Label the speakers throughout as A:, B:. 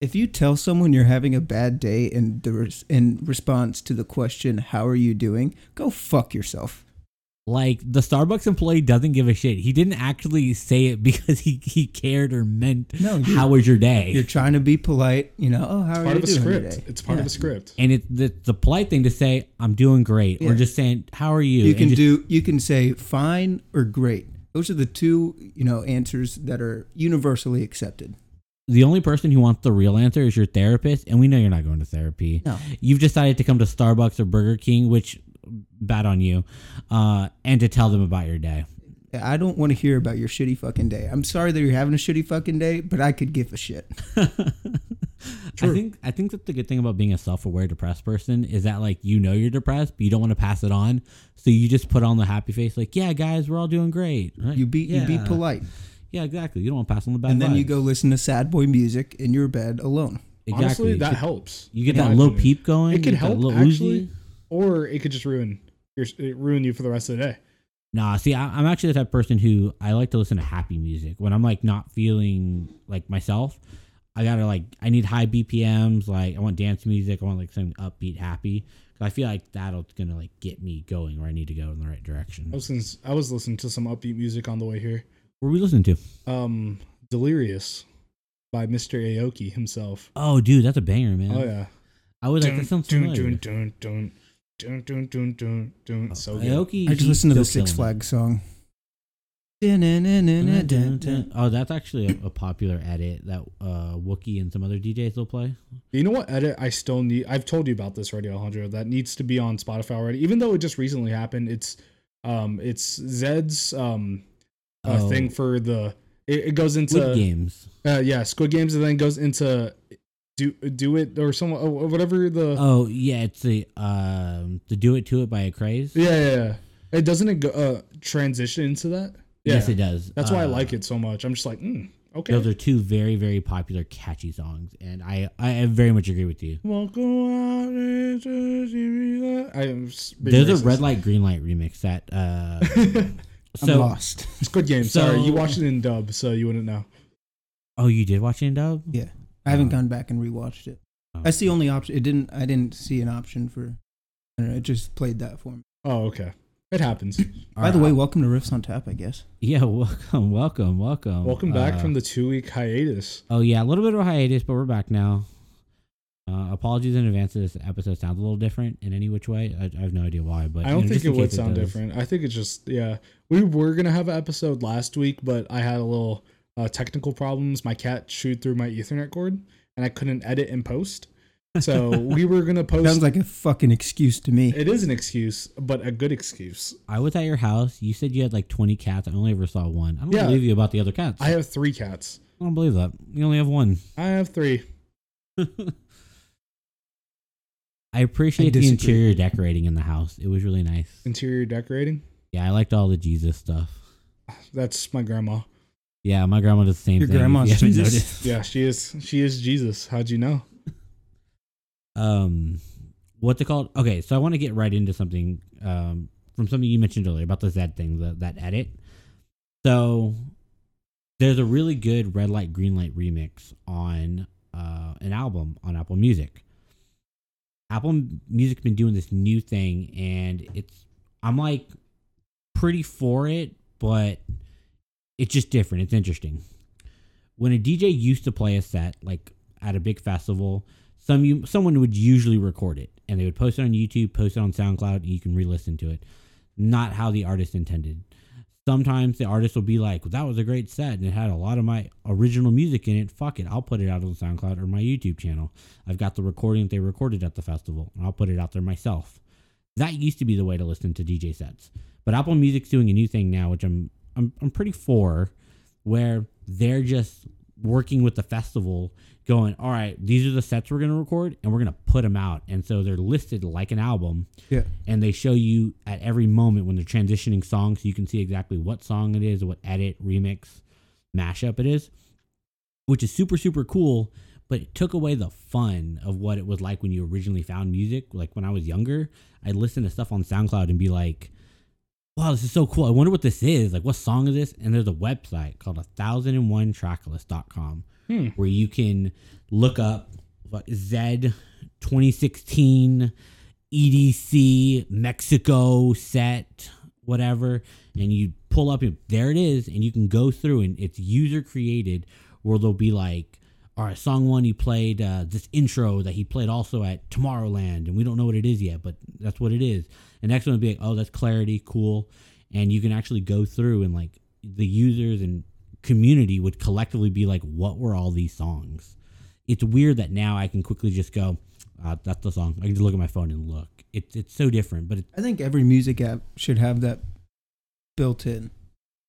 A: If you tell someone you're having a bad day in the res- in response to the question "How are you doing?" go fuck yourself.
B: Like the Starbucks employee doesn't give a shit. He didn't actually say it because he, he cared or meant
A: No, you-
B: how was your day.
A: You're trying to be polite, you know. Oh, how are
C: Part
A: you
C: of a
A: doing
C: script.
A: today?
C: It's part of a script.
B: and it's the, the polite thing to say, I'm doing great,
A: Yeah.
B: or just saying, How are you?
A: You
B: And
A: can
B: just-
A: do. You can say fine or great. Those are the two you know answers that are universally accepted.
B: the only person who wants the real answer is your therapist, and we know you're not going to therapy.
A: No.
B: You've decided to come to Starbucks or Burger King, which bad on you, uh, and to tell them about your day.
A: I don't want to hear about your shitty fucking day. I'm sorry that you're having a shitty fucking day, but I could give a shit.
B: I think I think that the good thing about being a self-aware depressed person is that like you know you're depressed, but you don't want to pass it on, so you just put on the happy face, like, "Yeah, guys, we're all doing great." Right?
A: You be you be
B: Yeah.
A: polite,
B: Yeah, exactly. You don't want to pass on the bad.
A: and then you
B: vibes.
A: go listen to sad boy music in your bed alone.
B: exactly.
C: Honestly, that
B: You-
C: helps.
B: You get
C: in
B: that
C: my
B: low
C: opinion.
B: peep going.
C: It could
B: you get that
C: help
B: little
C: actually,
B: Uzi.
C: or it could just ruin your it ruin you for the rest of the day.
B: Nah, see, I, I'm actually the type of person who I like to listen to happy music when I'm like not feeling like myself. I gotta like, I need high BPMs. Like, I want dance music. I want like something upbeat, happy. Cause I feel like that'll gonna like get me going where I need to go in the right
C: I
A: Oh,
B: direction.
C: was, listening- I was listening to some upbeat music on the way here.
B: What are we listening to?
C: Um, Delirious by Mr. Aoki himself.
B: Oh, dude, that's a banger, man.
C: Oh yeah.
B: I was like,
C: Dun,
B: that sounds
C: dun,
B: familiar. Oh,
C: dun, dun, dun, dun, dun, dun, dun. So good.
B: Aoki,
A: I just
B: he's
A: listened to the
B: still
A: Six
B: killing
A: Flags song.
B: it. Dun, dun, dun. Oh, that's actually a, a popular edit that uh, Wookie and some other DJs will play.
C: You know what edit I still need? I've told you about this already, Alejandro. That needs to be on Spotify already, even though it just recently happened. It's, um, it's Zed's um, uh,
B: Oh.
C: thing for the. It, it goes into
B: Squid Games.
C: uh, yeah, Squid Games, and then goes into do do it or some or whatever the
B: Oh yeah, it's the um the Do It to It by a Craze.
C: yeah, yeah, yeah. It doesn't it go, uh, transition into that. Yeah,
B: Yes, it does.
C: That's why I
B: Uh,
C: like it so much. I'm just like, mm, okay.
B: Those are two very very popular catchy songs, and I I very much agree with you.
C: Walk around into the- I'm s- being
B: There's a
C: racist.
B: red light green light remix that uh
A: I'm
B: so
A: lost.
C: Squid Game. Sorry,
B: So-
C: you watched it in dub, so you wouldn't know.
B: oh you did watch it in dub.
A: Yeah, I haven't
B: Uh,
A: gone back and rewatched it.
B: Oh.
A: That's the only option. It didn't. I didn't see an option for. I don't know, it just played that for me.
C: Oh, okay. It happens.
B: Um,
A: By the way,
B: Alright.
A: welcome to Riffs on Tap. I guess.
B: yeah, welcome, welcome, welcome,
C: Welcome back
B: Uh,
C: from the two week hiatus.
B: Oh yeah, a little bit of a hiatus, but we're back now. Uh, apologies in advance. If this episode sounds a little different in any which way. I, I have no idea why, but
C: I
B: you
C: don't
B: know,
C: think
B: just in
C: it would
B: case
C: sound
B: does.
C: different. I think it's just yeah. We were gonna have an episode last week, but I had a little uh, technical problems. My cat chewed through my Ethernet cord, and I couldn't edit and post. So we were gonna post.
A: Sounds like a fucking excuse to me.
C: it is an excuse, but a good excuse.
B: I was at your house. You said you had like 20 cats. I only ever saw one. I don't
C: Yeah.
B: believe you about the other cats.
C: I
B: I,
C: have three cats.
B: don't believe that. You only have one.
C: I have three.
B: I appreciate the
A: disagree.
B: interior decorating in the house. It was really nice.
C: Interior decorating.
B: Yeah, I liked all the Jesus stuff.
C: That's my grandma.
B: Yeah, my grandma does the same
A: Your
B: thing. if
A: grandma's
B: you haven't
A: Jesus.
B: noticed.
C: Yeah, she is. She is Jesus. How'd you know?
B: Um, what's it called? Okay, so I want to get right into something um, from something you mentioned earlier about the Zed thing, the, that edit. So there's a really good red light, green light remix on uh, an album on Apple Music. Apple Music's been doing this new thing, and it's I'm like pretty for it, but it's just different. It's interesting. When a DJ used to play a set, like at a big festival, some you, someone would usually record it and they would post it on YouTube, post it on SoundCloud, and you can re-listen to it. Not how the artist intended. Sometimes the artist will be like, "That was a great set, and it had a lot of my original music in it. Fuck it, I'll put it out on SoundCloud or my YouTube channel. I've got the recording that they recorded at the festival, and I'll put it out there myself." That used to be the way to listen to DJ sets, but Apple Music's doing a new thing now, which I'm I'm I'm pretty for, where they're just working with the festival going all right these are the sets we're going to record and we're going to put them out and so they're listed like an album
A: Yeah.
B: and they show you at every moment when they're transitioning songs so you can see exactly what song it is what edit remix mashup it is which is super super cool but it took away the fun of what it was like when you originally found music like when i was younger i'd listen to stuff on soundcloud and be like wow this is so cool i wonder what this is like what song is this and there's a website called a thousand and one tracklist.com
C: Hmm.
B: where you can look up what, Zed 2016 EDC E Mexico set whatever, and you pull up and there it is, and you can go through and it's user created where they'll be like. All right, song one, he played uh, this intro that he played also at Tomorrowland, and we don't know what it is yet, but that's what it is. And next one would be like, oh, that's clarity, cool. And you can actually go through and like the users and community would collectively be like, what were all these songs? It's weird that now I can quickly just go, uh, that's the song. I can just look at my phone and look. It's it's so different, but it's
A: I think every music app should have that built in.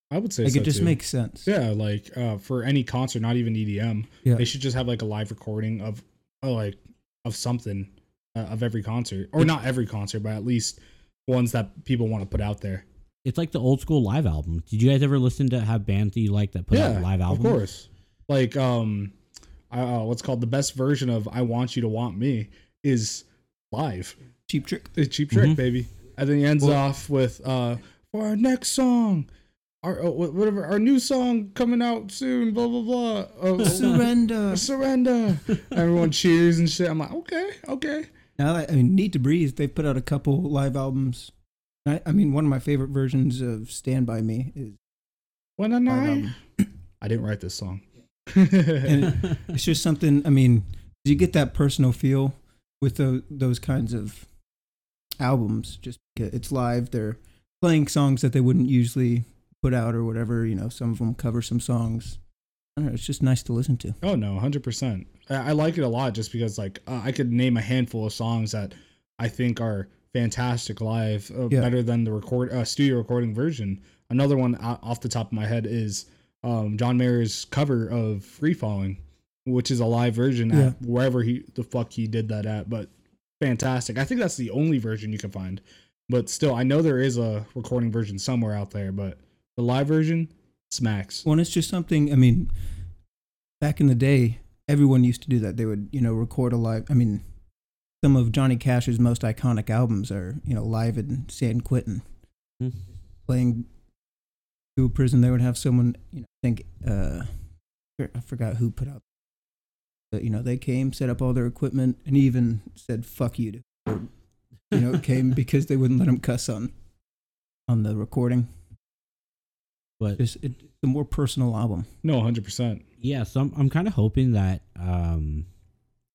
C: I would say
A: Like
C: so
A: it just
C: too.
A: makes sense.
C: yeah, like uh, for any concert, not even EDM,
A: Yeah.
C: they should just have like a live recording of uh, like of something uh, of every concert, or not every concert, but at least ones that people want to put out there.
B: it's like the old school live album. Did you guys ever listen to have bands that you like that put out live albums?
C: Of course. Like um I, uh, what's called the best version of I want you to want me is live.
A: Cheap trick.
C: It's cheap trick,
B: Mhm.
C: baby. And then he ends off with uh for our next song. Our oh, wh- whatever our new song coming out soon, blah blah blah. Uh,
A: Surrender.
C: surrender. Everyone cheers and shit. I'm like, okay, okay.
A: Now, that, I mean, Need to Breathe, they've put out a couple live albums. I, I mean, one of my favorite versions of Stand By Me is
C: When I
A: live
C: night.
A: album.
C: I didn't write this song.
A: And it's just something, I mean, you get that personal feel with those, those kinds of albums. Just because it's live, they're playing songs that they wouldn't usually put out or whatever. You know, some of them cover some songs. I don't know, it's just nice to listen to.
C: Oh no, hundred percent. I I like it a lot just because like uh, I could name a handful of songs that I think are fantastic live, uh,
A: Yeah.
C: better than the record uh, studio recording version. Another one o- off the top of my head is um, John Mayer's cover of "Free Falling," which is a live version
A: Yeah.
C: at wherever he the fuck he did that at, but fantastic. I think that's the only version you can find. But still, I know there is a recording version somewhere out there, but the live version smacks.
A: Well, and it's just something. I mean, back in the day, everyone used to do that. They would, you know, record a live. I mean, some of Johnny Cash's most iconic albums are, you know, live in San Quentin,
B: Mhm.
A: playing to a prison. They would have someone, you know, I think uh, I forgot who put out. But you know, they came, set up all their equipment, and even said "fuck you." To, whoever, you know, came because they wouldn't let them cuss on on the recording.
B: But
A: Just it, it's a more personal album.
C: No, hundred percent.
B: yeah, so I'm, I'm kind of hoping that um,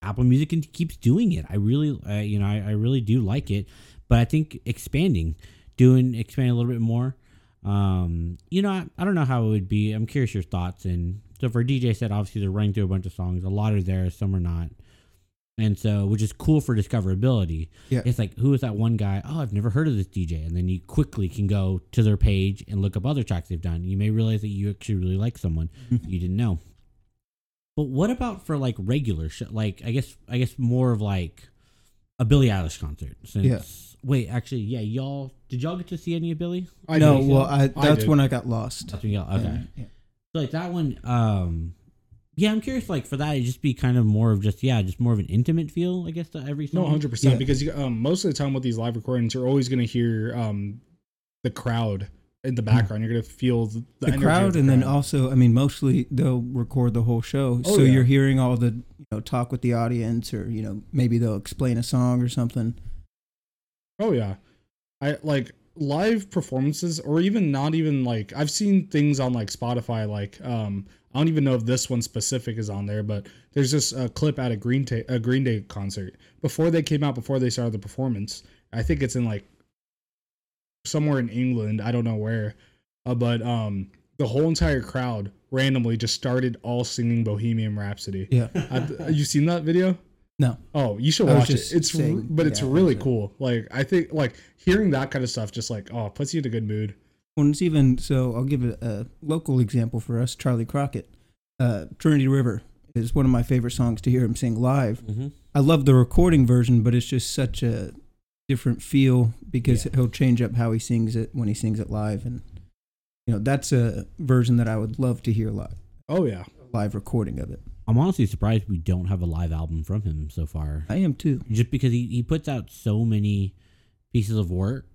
B: Apple Music can, keeps doing it. I really, uh, you know, I, I really do like it, but I think expanding, doing expanding a little bit more. Um, you know, I, I don't know how it would be. I'm curious your thoughts. And so for DJ said, obviously they're running through a bunch of songs. A lot are there, some are not. And so, which is cool for discoverability.
A: Yeah.
B: It's like, who is that one guy? Oh, I've never heard of this DJ. And then you quickly can go to their page and look up other tracks they've done. You may realize that you actually really like someone you didn't know. But what about for like regular sh- like I guess I guess more of like a Billie Eilish concert since
A: Yeah.
B: wait actually yeah y'all did y'all get to see any of Billie?
C: I
A: no,
C: do.
A: well, I,
C: I
A: that's
C: did.
A: when I got lost.
B: That's when y'all okay.
A: Yeah.
B: So like that one, um, yeah, I'm curious. Like for that, it just be kind of more of just yeah, just more of an intimate feel, I guess, to every song.
C: No, hundred percent.
A: Yeah.
C: Because you, um, most of the time with these live recordings, you're always going to hear um, the crowd in the background. You're going to feel the, the
A: Hmm. The
C: energy of
A: crowd, and then
C: crowd.
A: also, I mean, mostly they'll record the whole show,
C: Oh,
A: so
C: yeah.
A: you're hearing all the you know talk with the audience, or you know maybe they'll explain a song or something.
C: Oh yeah, I like live performances, or even not even like I've seen things on like Spotify. Like um, I don't even know if this one specific is on there, but there's this uh, clip at a Green Day a Green Day concert before they came out, before they started the performance. I think it's in like somewhere in England. I don't know where, uh, but um, the whole entire crowd randomly just started all singing Bohemian Rhapsody.
A: Yeah,
C: I, you seen that video?
A: No.
C: Oh, you should
A: I was
C: watch it.
A: just
C: It's
A: saying,
C: r- but it's
A: yeah, I
C: really
A: should.
C: cool. Like I think like hearing that kind of stuff just like oh puts you in a good mood.
A: well, it's even so. I'll give a, a local example for us. Charlie Crockett, uh, Trinity River is one of my favorite songs to hear him sing live.
B: hmm
A: I love the recording version, but it's just such a different feel because
B: Yeah.
A: he'll change up how he sings it when he sings it live, and you know that's a version that I would love to hear live,
C: Oh yeah.
A: live recording of it.
B: I'm honestly surprised we don't have a live album from him so far.
A: I am too.
B: just because he, he puts out so many pieces of work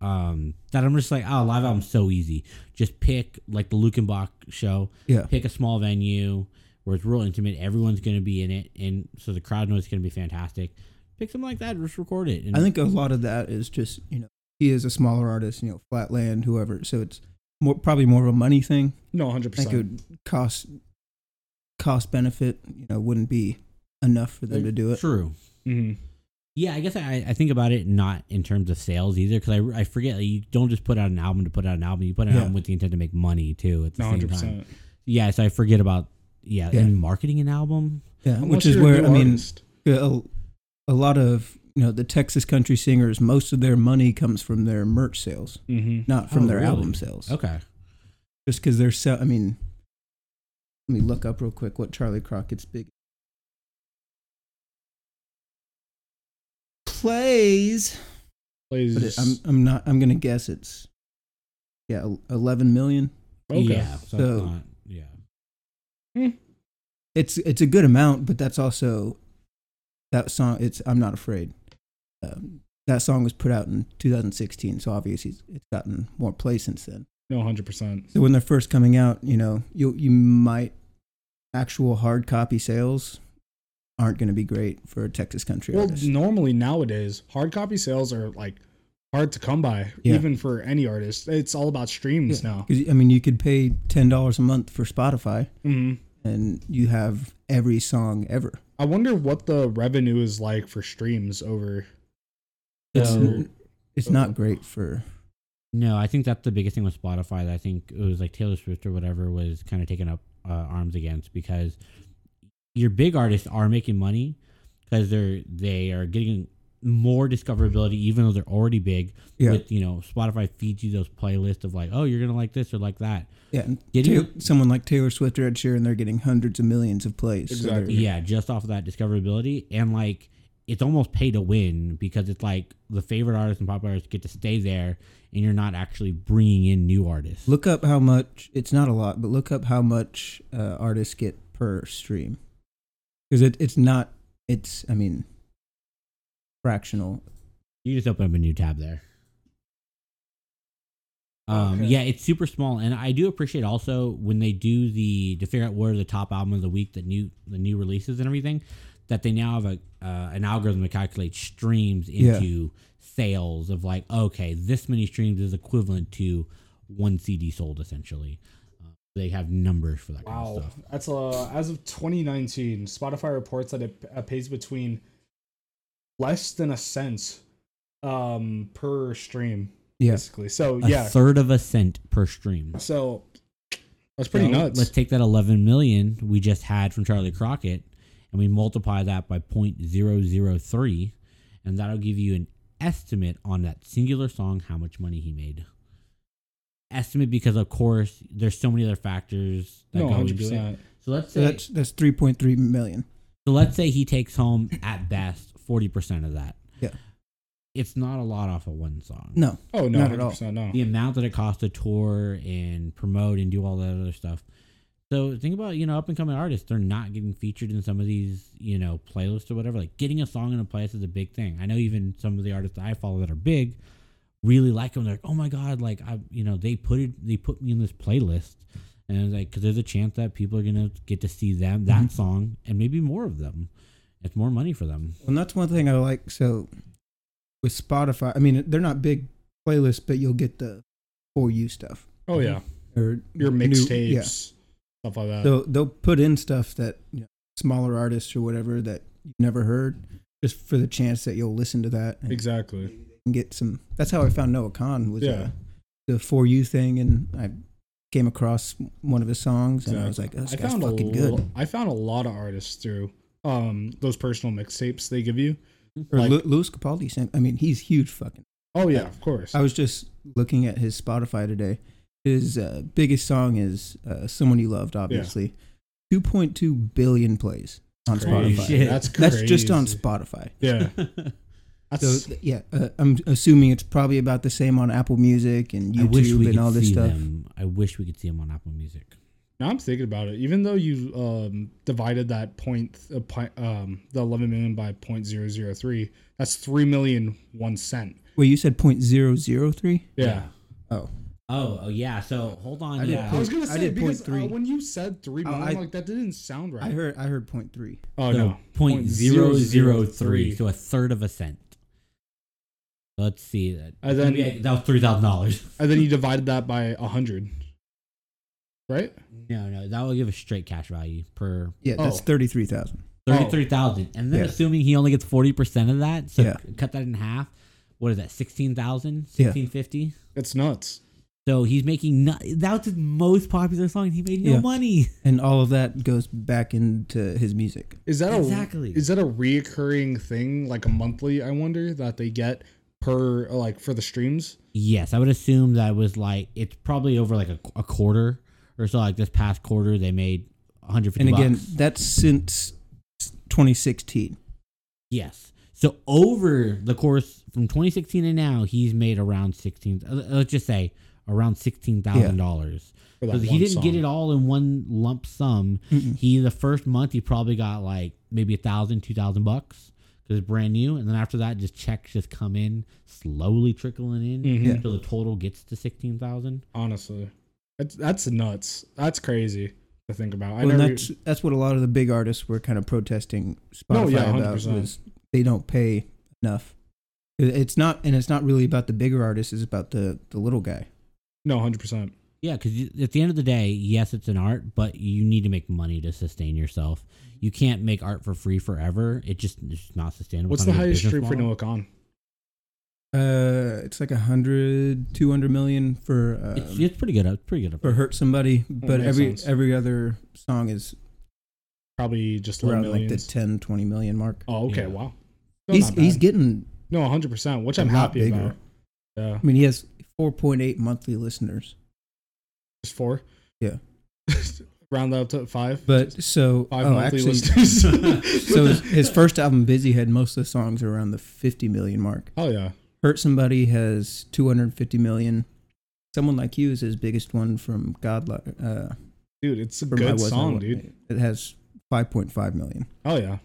B: um, that I'm just like, oh, live album's so easy. Just pick like the Lukenbach show,
A: Yeah,
B: pick a small venue, where it's real intimate. Everyone's going to be in it, and so the crowd noise is going to be fantastic. Pick something like that, just record it. And
A: I think a lot of that is just you know he is a smaller artist, you know, Flatland, whoever. So it's more probably more of a money thing.
C: No, hundred
A: I think it
C: percent.
A: would cost cost benefit, you know, wouldn't be enough for them to do it.
B: true.
C: Mm-hmm.
B: Yeah, I guess I, I think about it not in terms of sales either because I, I forget like, you don't just put out an album to put out an album. You put out an
A: Yeah.
B: album with the intent to make money too at the
C: No,
B: same
C: hundred
B: time.
C: percent.
B: Yeah, so I forget about yeah,
A: Yeah.
B: and marketing an album.
A: Yeah, which is where I mean, a, a lot of you know the Texas country singers, most of their money comes from their merch sales,
C: hmm
A: not from
B: Oh,
A: their
B: really?
A: album sales.
B: Okay.
A: Just because they're so, I mean, let me look up real quick what Charlie Crockett's big plays. But it, um, I'm I'm not I'm gonna guess it's yeah el- eleven million.
C: okay.
B: Yeah. So, it's
A: So-
B: not, yeah.
A: It's it's a good amount, but that's also that song. It's I'm not afraid. Um, that song was put out in 2016, so obviously it's, it's gotten more play since then.
C: No, hundred percent.
A: So when they're first coming out, you know, you you might actual hard copy sales aren't going to be great for a Texas country
C: Well,
A: artist.
C: normally nowadays, hard copy sales are like hard to come by,
A: Yeah.
C: even for any artist. It's all about streams now.
A: 'Cause, I mean, you could pay ten dollars a month for Spotify,
C: hmm
A: and you have every song ever.
C: I wonder what the revenue is like for streams over.
A: It's
C: over-
A: it's not great for
B: No, I think that's the biggest thing with Spotify. that I think it was like Taylor Swift or whatever was kind of taken up uh, arms against because your big artists are making money because they're they are getting more discoverability even though they're already big.
A: Yeah.
B: With you know Spotify feeds you those playlists of like oh you're gonna like this or like that.
A: yeah. and
B: Getting-
A: Taylor- someone like Taylor Swift or Ed Sheeran, they're getting hundreds of millions of plays. So they're-
C: Exactly.
B: Yeah, just off of that discoverability and like it's almost pay to win because it's like the favorite artists and pop artists get to stay there and you're not actually bringing in new artists.
A: Look up how much. It's not a lot, but look up how much uh, artists get per stream, because it, it's not. It's I mean, fractional.
B: You just open up a new tab there. Um,
C: Okay.
B: Yeah, it's super small, and I do appreciate also when they do the to figure out what are the top album of the week, the new the new releases and everything, that they now have a uh, an algorithm to calculate streams
A: Yeah.
B: into sales of like okay, this many streams is equivalent to one CD sold essentially. Uh, they have numbers for that kind
C: Wow,
B: of stuff.
C: that's uh, as of 2019, Spotify reports that it, it pays between less than a cent um, per stream,
A: Yeah,
C: basically. So
B: A
C: yeah,
B: third of a cent per stream.
C: so that's pretty
B: So,
C: nuts.
B: Let's take that 11 million we just had from Charlie Crockett and we multiply that by 0.003 and that'll give you an estimate on that singular song how much money he made. Estimate because of course there's so many other factors that
C: no,
B: go
C: hundred
B: into it.
C: percent.
B: So let's
A: so
B: say
A: that's that's three point three million.
B: so let's say he takes home at best 40% of that.
A: Yeah.
B: It's not a lot off of one song.
A: No,
C: Oh
A: Not
C: no,
A: at
C: hundred
A: all.
C: percent. No,
B: the amount that it costs to tour and promote and do all that other stuff. So think about you know up and coming artists. They're not getting featured in some of these you know playlists or whatever. Like getting a song in a playlist is a big thing. I know even some of the artists that I follow that are big really like them. They're like, oh my god, like I you know they put it they put me in this playlist, and it's like because there's a chance that people are gonna get to see them that
A: Mm-hmm.
B: song and maybe more of them. It's more money for them.
A: and that's one thing I like. So with Spotify, I mean they're not big playlists, but you'll get the for you stuff
C: Oh yeah,
A: or
C: your
A: new-
C: mixtapes,
A: Yeah,
C: stuff like that.
A: so they'll put in stuff that you know, smaller artists or whatever that you never heard, just for the chance that you'll listen to that. and-
C: exactly.
A: and get some. That's how I found Noah Khan was
C: Yeah.
A: uh, the for you thing, and I came across one of his songs, and I was like,
C: Exactly.
A: oh, "This
C: I
A: guy's
C: found a
A: fucking
C: lo-
A: good."
C: I found a lot of artists through um those personal mixtapes they give you.
A: Or
C: like-
A: Lu Louis Capaldi sent. I mean, he's huge. Fucking.
C: Oh yeah, of course.
A: I was just looking at his Spotify today. His uh, biggest song is uh, "Someone You Loved," obviously. Two point two billion plays on
C: Crazy.
A: Spotify.
B: Shit.
C: That's
A: That's just on
C: crazy.
A: Spotify.
C: Yeah,
A: So
C: that's
A: th- yeah, uh, I'm assuming it's probably about the same on Apple Music and
B: I wish we
A: YouTube
B: could
A: and all this
B: see
A: stuff.
B: them. I wish we could see them on Apple Music.
C: Now I'm thinking about it. Even though you um, divided that point, uh, pi- um, the 11 million by 0.003, that's three million one cent.
A: Well, you said point zero zero three.
C: Yeah.
B: Yeah.
A: Oh,
B: Oh, oh yeah. So hold on.
A: I did
B: yeah.
C: I was gonna
A: I
C: say
A: did point
C: because uh,
A: three.
C: when you said three,
A: Oh,
C: man,
A: I-
C: I'm like that didn't sound right.
A: I heard I heard point three.
C: oh
B: so
C: no,
B: Point zero zero three.
C: 0.003.
B: So a third of a cent. Let's see that.
C: And then-
B: Yeah, that was three thousand dollars.
C: and then you divided that by a hundred, right?
B: No, no, that will give a straight cash value per
A: Yeah, that's
C: Oh.
A: thirty three thousand.
B: thirty-three thousand, and then
A: Yeah.
B: assuming he only gets forty percent of that, so
A: Yeah.
B: c- cut that in half. What is that? Sixteen thousand,
A: Yeah.
B: sixteen fifty.
C: It's nuts.
B: So he's making no, that was his most popular song. and He made no
A: Yeah.
B: money.
A: And all of that goes back into his music.
C: Is that
B: Exactly.
C: A, is that a reoccurring thing, like a monthly? I wonder that they get per like for the streams.
B: Yes, I would assume that was like it's probably over like a, a quarter or so. Like this past quarter, they made one hundred fifty.
A: And again,
B: bucks.
A: that's since twenty sixteen.
B: Yes. So over the course from 2016 and now, he's made around 16. uh, Let's just say around sixteen thousand dollars.
C: For
B: Because
C: that
B: he
C: one
B: didn't get
C: song.
B: it all in one lump sum. He the first month he probably got like maybe a thousand, two thousand bucks because it's brand new, and then after that, just checks just come in slowly trickling in
C: Mhm. Yeah.
B: until the total gets to sixteen thousand.
C: Honestly, that's that's nuts. That's crazy to think about. I
A: Well, and
C: never.
A: that's that's what a lot of the big artists were kind of protesting Spotify
B: Oh,
C: No, yeah,
A: about
C: 100%.
A: was they don't pay enough. It- It's not, and it's not really about the bigger artists; it's about the the little guy.
C: no, hundred percent.
B: Yeah, because at the end of the day, yes, it's an art, but you need to make money to sustain yourself. You can't make art for free forever. It just it's just not sustainable.
C: What's
B: It's
C: the
B: not a good
C: highest
B: business
C: stream for
B: model.
C: Noah Khan?
A: Uh, it's like a hundred, two hundred million for um,
B: It's, it's pretty good. uh, It's pretty good.
A: for hurt somebody, but
C: makes
A: every
C: sense.
A: every other song is
C: Probably just low
A: around like
C: millions.
A: the 10, 20 million mark.
C: oh, okay.
B: Yeah.
C: Wow. Still
A: he's
C: not bad.
A: he's getting.
C: no, hundred percent, which
A: a
C: I'm
A: lot
C: happy
A: bigger.
C: about. Yeah,
A: I mean, he has four point eight monthly listeners,
C: just four.
A: Yeah.
C: Round that up to five.
A: but so
C: five
A: oh,
C: monthly
A: actually,
C: listeners.
A: so his, his first album, Busy, had most of the songs around the fifty million mark.
C: oh yeah.
A: Hurt Somebody has 250 million. Someone Like You is his biggest one from God. Li- Uh,
C: Dude, it's a
A: from I
C: good
A: Was
C: song,
A: Not-
C: dude.
A: It has 5.5 million.
C: Oh yeah,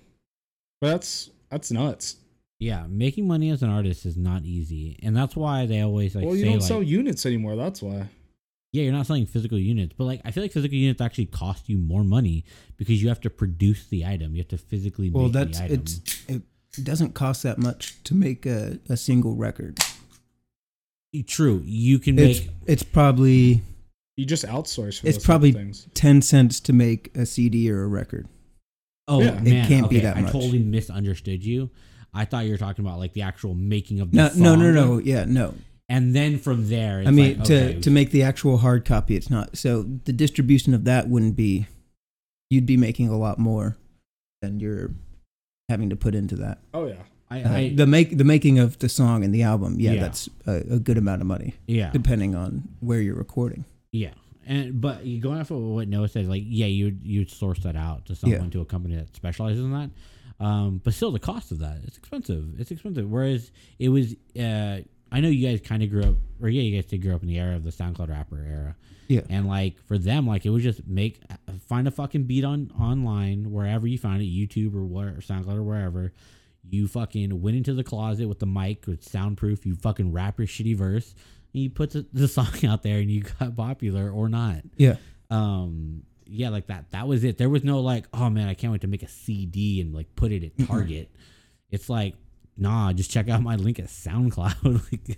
C: but that's that's nuts.
B: Yeah, making money as an artist is not easy, and that's why they always like
C: well, you
B: say
C: don't
B: like,
C: sell units anymore. That's why.
B: yeah, you're not selling physical units, but like I feel like physical units actually cost you more money because you have to produce the item, you have to physically
A: Well,
B: make
A: that's
B: the item.
A: it's it doesn't cost that much to make a, a single record.
B: True, you can
A: It's
B: make
A: it's probably
C: You just outsource. For
A: It's
C: those type of
A: probably-
C: things.
A: 10 cents to make a CD or a record.
B: oh
C: yeah. It
B: man,
A: can't be
B: okay,
A: that
B: I
A: much.
B: totally misunderstood you. I thought you were talking about like the actual making of the
A: No,
B: song.
A: no, no, no. Yeah, no.
B: And then from there, it's
A: I mean,
B: like,
A: to
B: okay,
A: to make the actual hard copy, it's not. So the distribution of that wouldn't be. You'd be making a lot more than you're having to put into that.
C: Oh yeah.
B: I,
A: Uh,
B: I,
A: the make the making of the song and the album, yeah,
B: Yeah.
A: that's a, a good amount of money,
B: yeah,
A: depending on where you're recording.
B: Yeah, and but you going off of what Noah said, like yeah, you you'd source that out to someone
A: Yeah.
B: to a company that specializes in that. Um, but still, the cost of that it's expensive. It's expensive. Whereas it was, uh, I know you guys kind of grew up, or yeah, you guys did grow up in the era of the SoundCloud rapper era.
A: Yeah.
B: And like for them, like it was just make find a fucking beat on online wherever you find it, YouTube or where or SoundCloud or wherever. You fucking went into the closet with the mic with soundproof. You fucking rap your shitty verse. And you put the, the song out there, and you got popular or not.
A: Yeah,
B: Um, yeah, like that. That was it. There was no like, oh man, I can't wait to make a CD and like put it at Target. it's like, nah, just check out my link at SoundCloud. like,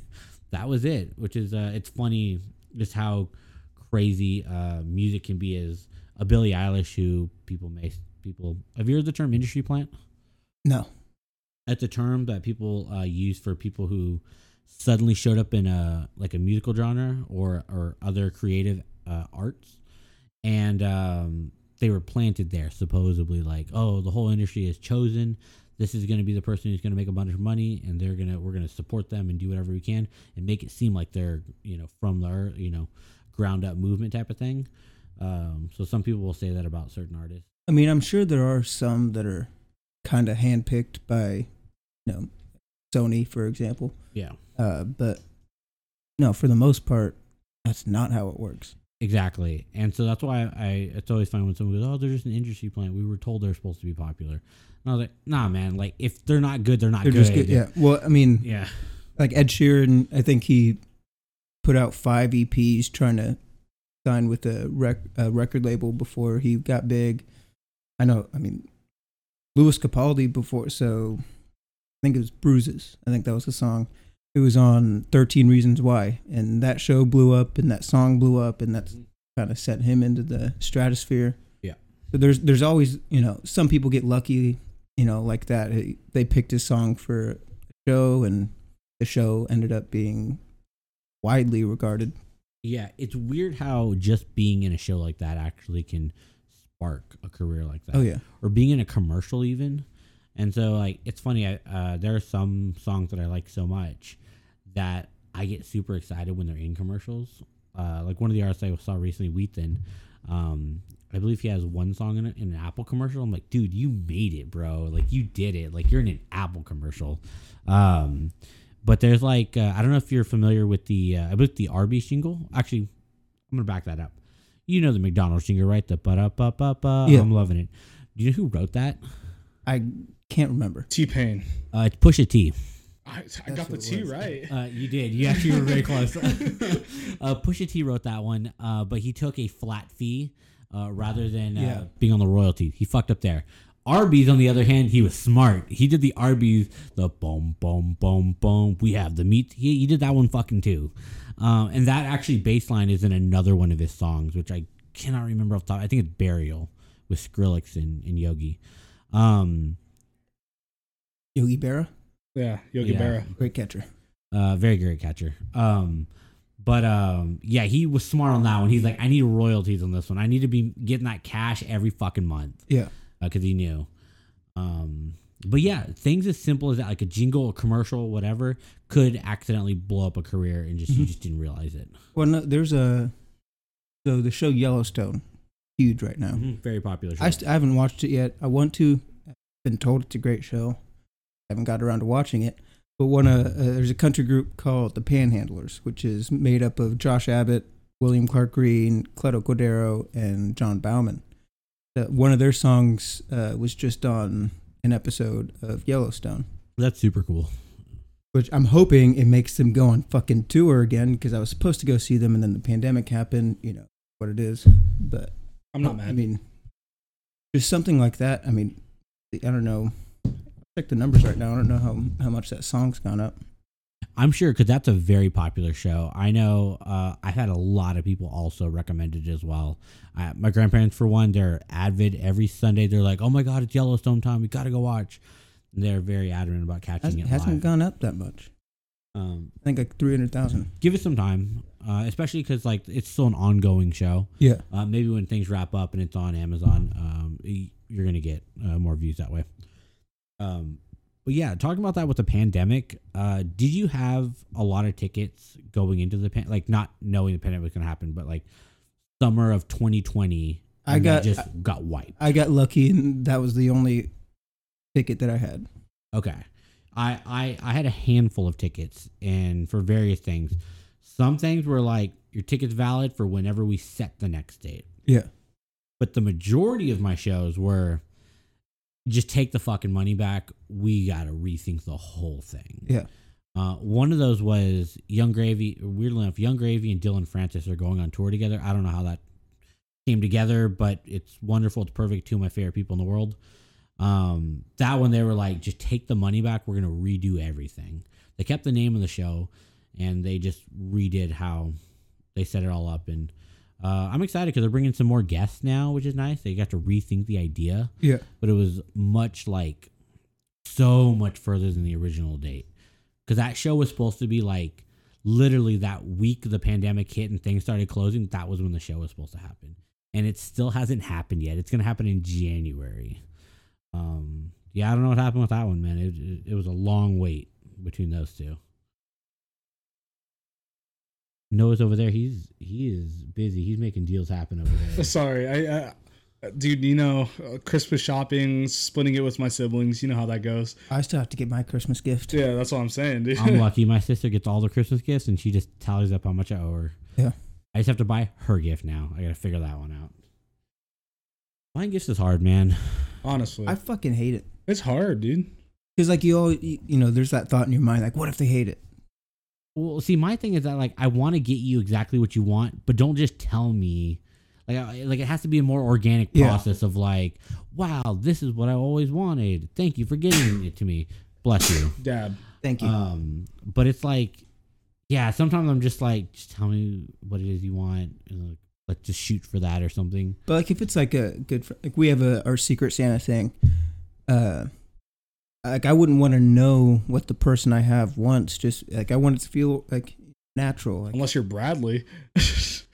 B: that was it. Which is, uh, it's funny just how crazy uh, music can be. As a Billie Eilish, who people may people have you heard the term industry plant?
A: no,
B: That's a term that people uh, use for people who suddenly showed up in a like a musical genre or or other creative uh, arts, and um, they were planted there supposedly. Like, oh, the whole industry has chosen. This is going to be the person who's going to make a bunch of money, and they're gonna we're gonna support them and do whatever we can and make it seem like they're you know from the ear- you know ground up movement type of thing. Um, so some people will say that about certain artists.
A: I mean, I'm sure there are some that are kind of handpicked by, you know, Sony, for example.
B: Yeah.
A: Uh, but no, for the most part, that's not how it works.
B: Exactly, and so that's why I it's always fun when someone goes, "Oh, they're just an industry plant. We were told they're supposed to be popular." And I was like, "Nah, man. Like, if they're not good, they're not
A: They're
B: good."
A: just good. Yeah. Well, I mean,
B: yeah,
A: like Ed Sheeran, I think he put out five EPs trying to sign with a, rec- a record label before he got big. I know, I mean, Louis Capaldi before, so I think it was Bruises. I think that was the song. It was on 13 Reasons Why, and that show blew up, and that song blew up, and that's kind of set him into the stratosphere.
B: Yeah.
A: So there's there's always you know some people get lucky you know like that He- they picked his song for a show and the show ended up being widely regarded.
B: Yeah, it's weird how just being in a show like that actually can spark a career like that.
A: Oh yeah,
B: Or being in a commercial even. And so like it's funny I, uh, there are some songs that I like so much that I get super excited when they're in commercials. Uh, like one of the artists I saw recently, Wheaton, um, I believe he has one song in, it, in an Apple commercial. I'm like, dude, you made it, bro. Like you did it. Like you're in an Apple commercial. Um, but there's like uh, I don't know if you're familiar with the uh, I believe the Arby's jingle. Actually, I'm gonna back that up. You know the McDonald's jingle, right? The but up up up up.
A: Yeah.
B: I'm loving it. Do you know who wrote that?
A: I can't remember.
C: T Pain.
B: Uh, it's Pusha T.
C: I, I
A: That's
C: got the
A: what it
C: T
A: was.
C: right.
B: Uh, you did. You actually were very close. uh, Pusha T wrote that one, uh, but he took a flat fee uh, rather than uh,
A: Yeah.
B: being on the royalty. He fucked up there. Arby's, on the other hand, he was smart. He did the Arby's, the boom, boom, boom, boom. We have the meat. He, he did that one fucking too. Um, and that actually bass line is in another one of his songs, which I cannot remember off the top. I think it's Burial with Skrillex and, and Yogi. Um,
A: Yogi Berra,
C: Yeah, Yogi
B: Yeah.
C: Berra.
A: great catcher.
B: Uh, very great catcher. Um, but um, yeah, he was smart on that one. He's like, I need royalties on this one. I need to be getting that cash every fucking month
A: Yeah,
B: because he knew. Um, but yeah, things as simple as that, like a jingle, a commercial, whatever, could accidentally blow up a career and just you
A: Mhm.
B: just didn't realize it.
A: well, no, there's a so the show Yellowstone, huge right now.
B: Very popular. Show.
A: Mm-hmm. I, st- I haven't watched it yet. I want to. I've been told it's a great show. haven't got around to watching it. But one uh, uh, there's a country group called the Panhandlers, which is made up of Josh Abbott, William Clark Green, Cleto Cordero, and John Bauman. That one of their songs uh, was just on an episode of Yellowstone,
B: That's super cool.
A: which I'm hoping it makes them go on fucking tour again because I was supposed to go see them and then the pandemic happened. You know what it is, but
C: I'm not
A: I
C: mad.
A: mean, just something like that. I mean, I don't know. Check the numbers right now. I don't know how how much that song's gone up.
B: I'm sure because that's a very popular show. I know uh, I've had a lot of people also recommend it as well. I, my grandparents, for one, they're avid every Sunday. They're like, "Oh my god, it's Yellowstone time! We gotta go watch." And they're very adamant about catching
A: Hasn't,
B: it
A: hasn't
B: live.
A: gone up that much.
B: um,
A: I think like three hundred thousand.
B: give it some time, uh, especially because like it's still an ongoing show.
A: Yeah.
B: Uh, maybe when things wrap up and it's on Amazon, um, y- you're gonna get uh, more views that way. Um, but yeah, talking about that with the pandemic, uh, did you have a lot of tickets going into the pan? Like not knowing the pandemic was gonna happen, but like summer of 2020,
A: I
B: and they
A: got-
B: just got wiped.
A: I got lucky, and that was the only ticket that I had.
B: Okay. I, I I had a handful of tickets and for various things. Some things were like your ticket's valid for whenever we set the next date.
A: Yeah.
B: But the majority of my shows were just take the fucking money back. We gotta rethink the whole thing.
A: Yeah.
B: Uh, one of those was Young Gravy. Weirdly enough, Young Gravy and Dylan Francis are going on tour together. I don't know how that came together, but it's wonderful. It's perfect. Two of my favorite people in the world. Um, that one, they were like, just take the money back. We're going to redo everything. They kept the name of the show and they just redid how they set it all up. And uh, I'm excited because they're bringing some more guests now, which is nice. They got to rethink the idea
A: Yeah.
B: but it was much like so much further than the original date because that show was supposed to be like literally that week the pandemic hit and things started closing that was when the show was supposed to happen and it still hasn't happened yet it's going to happen in january um yeah i don't know what happened with that one man it, it, it was a long wait between those two noah's over there he's he is busy he's making deals happen over there
C: Sorry, I, I dude, you know, uh, Christmas shopping, splitting it with my siblings. You know how that goes.
A: I still have to get my Christmas gift.
C: Yeah, that's what I'm saying, dude.
B: I'm lucky. My sister gets all the Christmas gifts, and she just tallies up how much I owe her.
A: Yeah.
B: I just have to buy her gift now. I gotta figure that one out. Buying gifts is hard, man.
C: Honestly,
A: I fucking hate it
C: it's hard, dude.
A: because like you all you you know there's that thought in your mind like what if they hate it?
B: Well, see, my thing is that like I want to get you exactly what you want, but don't just tell me. Like, I- like it has to be a more organic
A: Yeah.
B: process of like, wow, this is what I always wanted. Thank you for getting it to me. Bless you.
C: Dab.
A: Thank you.
B: Um, but it's like, yeah, sometimes I'm just like, just tell me what it is you want, and like, let's just shoot for that or something.
A: But like, if it's like a good, fr- like we have a our Secret Santa thing, uh, like I wouldn't want to know what the person I have wants. Just like I want it to feel like natural. Like,
C: Unless you're Bradley.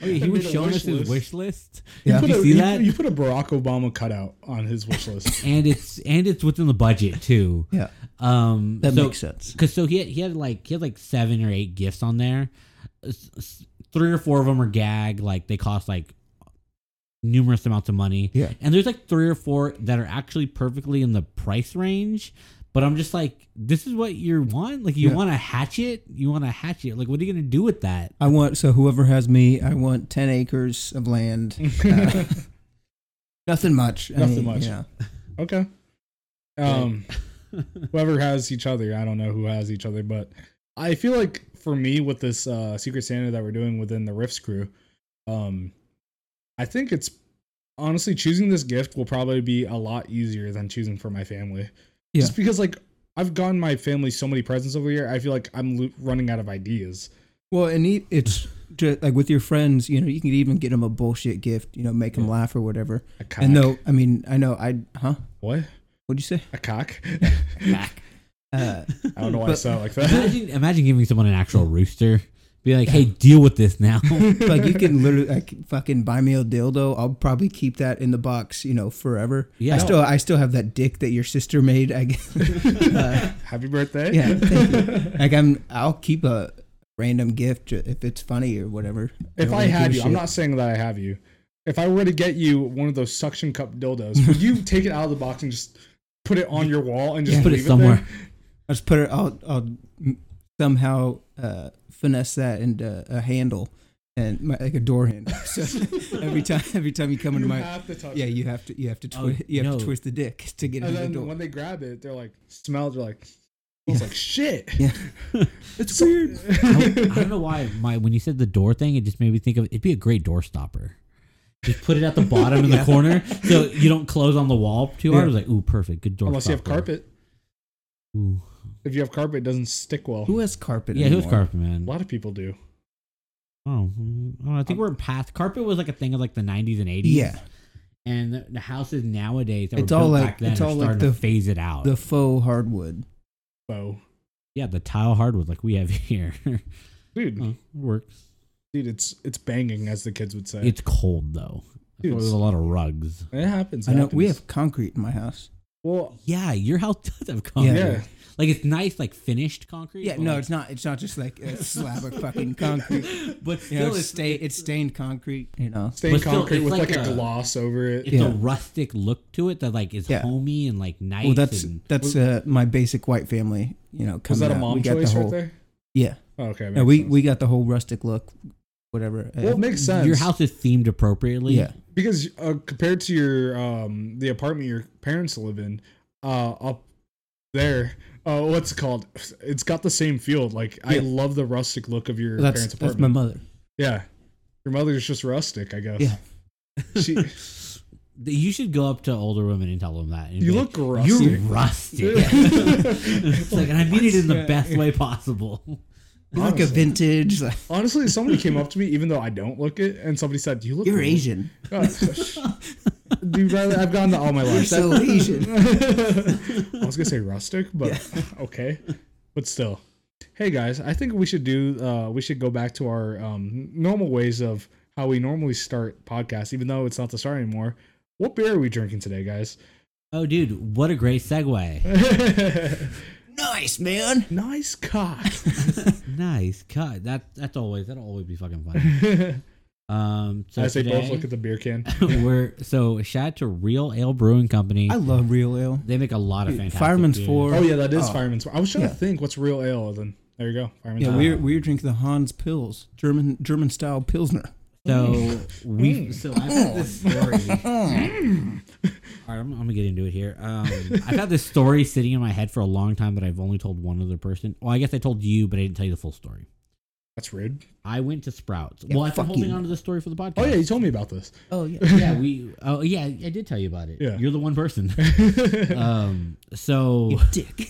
B: Oh, yeah, he
C: That'd be
B: was
C: the
B: showing
C: wish
B: us his
C: list.
B: wish list,
A: yeah,
C: Put
B: You
C: a-
B: see
C: you,
B: that?
C: you put a Barack Obama cutout on his wish list.
B: and it's and it's within the budget too.
A: yeah,
B: Um,
A: that
B: so,
A: makes sense.
B: Cause so he had, he had like he had like seven or eight gifts on there. S- s- Three or four of them are gag, like they cost like numerous amounts of money.
A: Yeah.
B: And there's like three or four that are actually perfectly in the price range. But I'm just like, this is what you want. Like you
A: Yeah.
B: want a hatchet, you want a hatchet. Like what are you gonna do with that?
A: I want so whoever has me, I want ten acres of land. Uh, nothing much. I
C: Nothing
A: mean,
C: much.
A: Yeah.
C: okay. Um, whoever has each other, I don't know who has each other, but I feel like for me with this uh, Secret Santa that we're doing within the Rifts crew, um, I think it's honestly choosing this gift will probably be a lot easier than choosing for my family. Just because like I've gotten my family so many presents over the year, I feel like I'm lo- running out of ideas.
A: Well, and e- it's just like with your friends, you know, you can even get them a bullshit gift, you know, make them laugh or whatever.
C: A cock.
A: And though, I mean, I know, I huh?
C: what?
A: What'd you say?
C: A cock?
B: Back.
A: Uh,
C: I don't know why I
A: But-
C: sound like that.
B: imagine imagine giving someone an actual rooster. Be like, hey, deal with this now.
A: like you can literally like fucking buy me a dildo. I'll probably keep that in the box, you know, forever.
B: Yeah.
A: I still I still have that dick that your sister made. I guess. Uh,
C: Happy birthday.
A: yeah. Thank you. Like I'm I'll keep a random gift ju- if it's funny or whatever.
C: If
A: don't
C: I
A: really give
C: had
A: a
C: you, I'm
A: shit.
C: not saying that I have you. If I were to get you one of those suction cup dildos, would you take it out of the box and just put it on your wall and just
B: Put it
C: leave
B: somewhere.
A: I'll just put it. I'll I'll m- somehow uh, finesse that into a handle and my, like a door handle. So every time every time you come
C: there?
A: into
C: You
A: my
C: have to touch
A: yeah,
C: it.
A: you have to you have to
B: Oh,
A: twi- you have
B: no.
A: to twist the dick to get
C: And
A: into the
C: then
A: door.
C: when they grab it, they're like, smell it, they're like, it's like shit.
A: Yeah.
C: it's weird.
B: I, I don't know why my when you said the door thing, it just made me think of it'd be a great door stopper. Just put it at the bottom in the corner so you don't close on the wall too hard. I was like, ooh, perfect, good door.
C: Unless you have
B: stopper.
C: carpet.
B: Ooh.
C: If you have carpet, it doesn't stick well.
A: Who has carpet?
B: Yeah, who's
A: anymore?
B: carpet man?
C: A lot of people do.
B: Oh, mm, oh, I think we're past carpet was like a thing of like the '90s and '80s.
A: Yeah,
B: and the, the houses nowadays that
A: It's
B: were built
A: all like-
B: back then
A: it's
B: are
A: all like
B: starting to
A: the-
B: phase it out.
A: the faux hardwood.
C: So,
B: yeah, the tile hardwood like we have here
C: dude,
B: Oh, it works.
C: dude, it's it's banging, as the kids would say.
B: It's cold though.
C: Dude,
B: That's why there's a lot of rugs.
C: it happens. It
A: I know we
C: happens.
A: have concrete in my house.
C: Well,
B: Yeah, your house does have concrete.
C: yeah.
B: Like it's nice, like finished concrete.
A: Yeah,
B: but,
A: no,
B: like,
A: it's not. It's not just like a slab of fucking concrete.
B: but
A: You
B: still,
A: know,
B: it's,
A: it's, sta- it's stained concrete. You know,
C: Stained
B: But still,
C: concrete
B: it's
C: with
B: like
C: like, a,
B: a-
C: gloss over it.
B: it's a
A: Yeah.
B: rustic look to it that like is
A: Yeah.
B: homey and like nice.
A: well, that's
B: and,
A: that's uh, my basic white family. You know,
C: Was
A: coming
C: that a
A: out.
C: mom
A: we got
C: choice
A: the whole,
C: right there?
A: Yeah,
C: Oh, okay.
A: no,
C: makes
A: we
C: sense.
A: we got the whole rustic look, whatever.
C: well,
A: Uh,
C: it makes sense.
B: your house is themed appropriately.
A: yeah,
C: because uh, compared to your um the apartment your parents live in, uh up there, uh what's it called? It's got the same feel. Like I
A: Yeah.
C: love the rustic look of your
A: that's
C: parents'
A: that's my
C: apartment.
A: mother.
C: yeah, your mother's just rustic, I guess.
A: Yeah.
C: she
B: You should go up to older women and tell them that. and
C: You
B: be
C: look
B: like,
C: rustic.
B: You're rustic. it's like, and I mean it in the best way possible.
A: You're like a
C: Honestly.
A: vintage. Like,
C: Honestly, somebody came up to me, even though I don't look it, and somebody said, "You look
A: you're
C: Ru-
A: Asian.
C: God, dude, brother, I've gone to all my
A: You're
C: life.
A: so Asian.
C: I was gonna say rustic, but okay, but still. Hey guys, I think we should do. Uh, we should go back to our um, normal ways of how we normally start podcasts, even though it's not the start anymore. What beer are we drinking today, guys?
B: Oh, dude, what a great segue.
A: nice man.
C: nice cock.
B: nice. God, that that's always that'll always be fucking fun. Um, so
C: As they
B: today,
C: both look at the beer can.
B: we're so shout out to Real Ale Brewing Company.
A: I love real ale.
B: They make a lot of
A: Dude,
B: fantastic.
A: Fireman's
B: beers.
A: Four.
C: Oh yeah, that is
A: Oh.
C: fireman's. I was trying
A: Yeah.
C: to think what's real ale. Then there you go, fireman's.
A: Yeah,
C: ale.
A: we were, we were drinking the Hans Pils, German German style Pilsner.
B: So
A: Mm.
B: we. So I've had this story. All right, I'm, I'm gonna get into it here. Um, I've had this story sitting in my head for a long time, but I've only told one other person. Well, I guess I told you, but I didn't tell you the full story.
C: That's rude.
B: I went to Sprouts.
A: Yeah,
B: well, I've
A: fuck
B: been holding
A: you.
B: on to this story for the podcast.
C: Oh yeah, you told me about this.
A: Oh yeah.
B: yeah, we. Oh yeah, I did tell you about it.
C: Yeah.
B: You're the one person. um. So.
A: dick.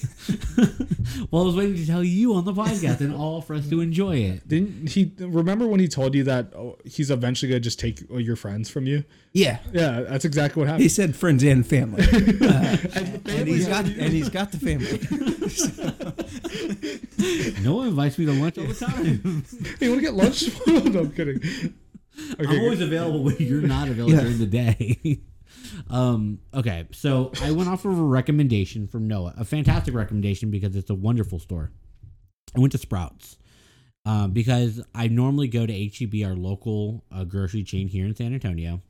B: well, I was waiting to tell you on the podcast and all for us to enjoy it.
C: Didn't he remember when he told you that oh, he's eventually gonna just take all your friends from you?
A: Yeah.
C: Yeah, that's exactly what happened.
A: He said friends and family. Uh,
C: and the
A: and he's
C: family's
A: got and he's got the family.
B: No one invites me to lunch all the time.
C: Hey, you want to get lunch? no, I'm kidding.
B: I'm
C: Okay,
B: always
C: good.
B: available when you're not available
A: Yeah.
B: during the day. um. Okay. So I went off of a recommendation from Noah, a fantastic recommendation because it's a wonderful store. I went to Sprouts. Uh, because I normally go to HEB, our local uh, grocery chain here in San Antonio.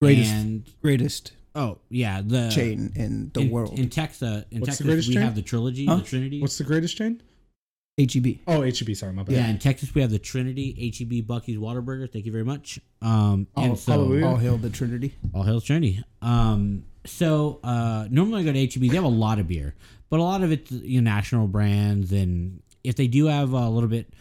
A: Greatest
B: And
A: greatest
B: oh yeah, the
A: chain in the
B: in,
A: world.
B: in Texas. In
C: What's the
B: Texas,
C: greatest
B: we
C: chain?
B: have the trilogy,
A: Huh?
B: the Trinity.
C: What's the greatest chain?
A: HEB.
C: Oh, HEB. Sorry, my bad.
B: yeah, in Texas we have the Trinity, HEB, Bucky's, Waterburger. Thank you very much. Um,
A: All,
B: and so
C: hallelujah.
A: all hail the Trinity.
B: all hail Trinity. Um, so uh, normally I go to HEB. They have a lot of beer, but a lot of it's you know, national brands, and if they do have a little bit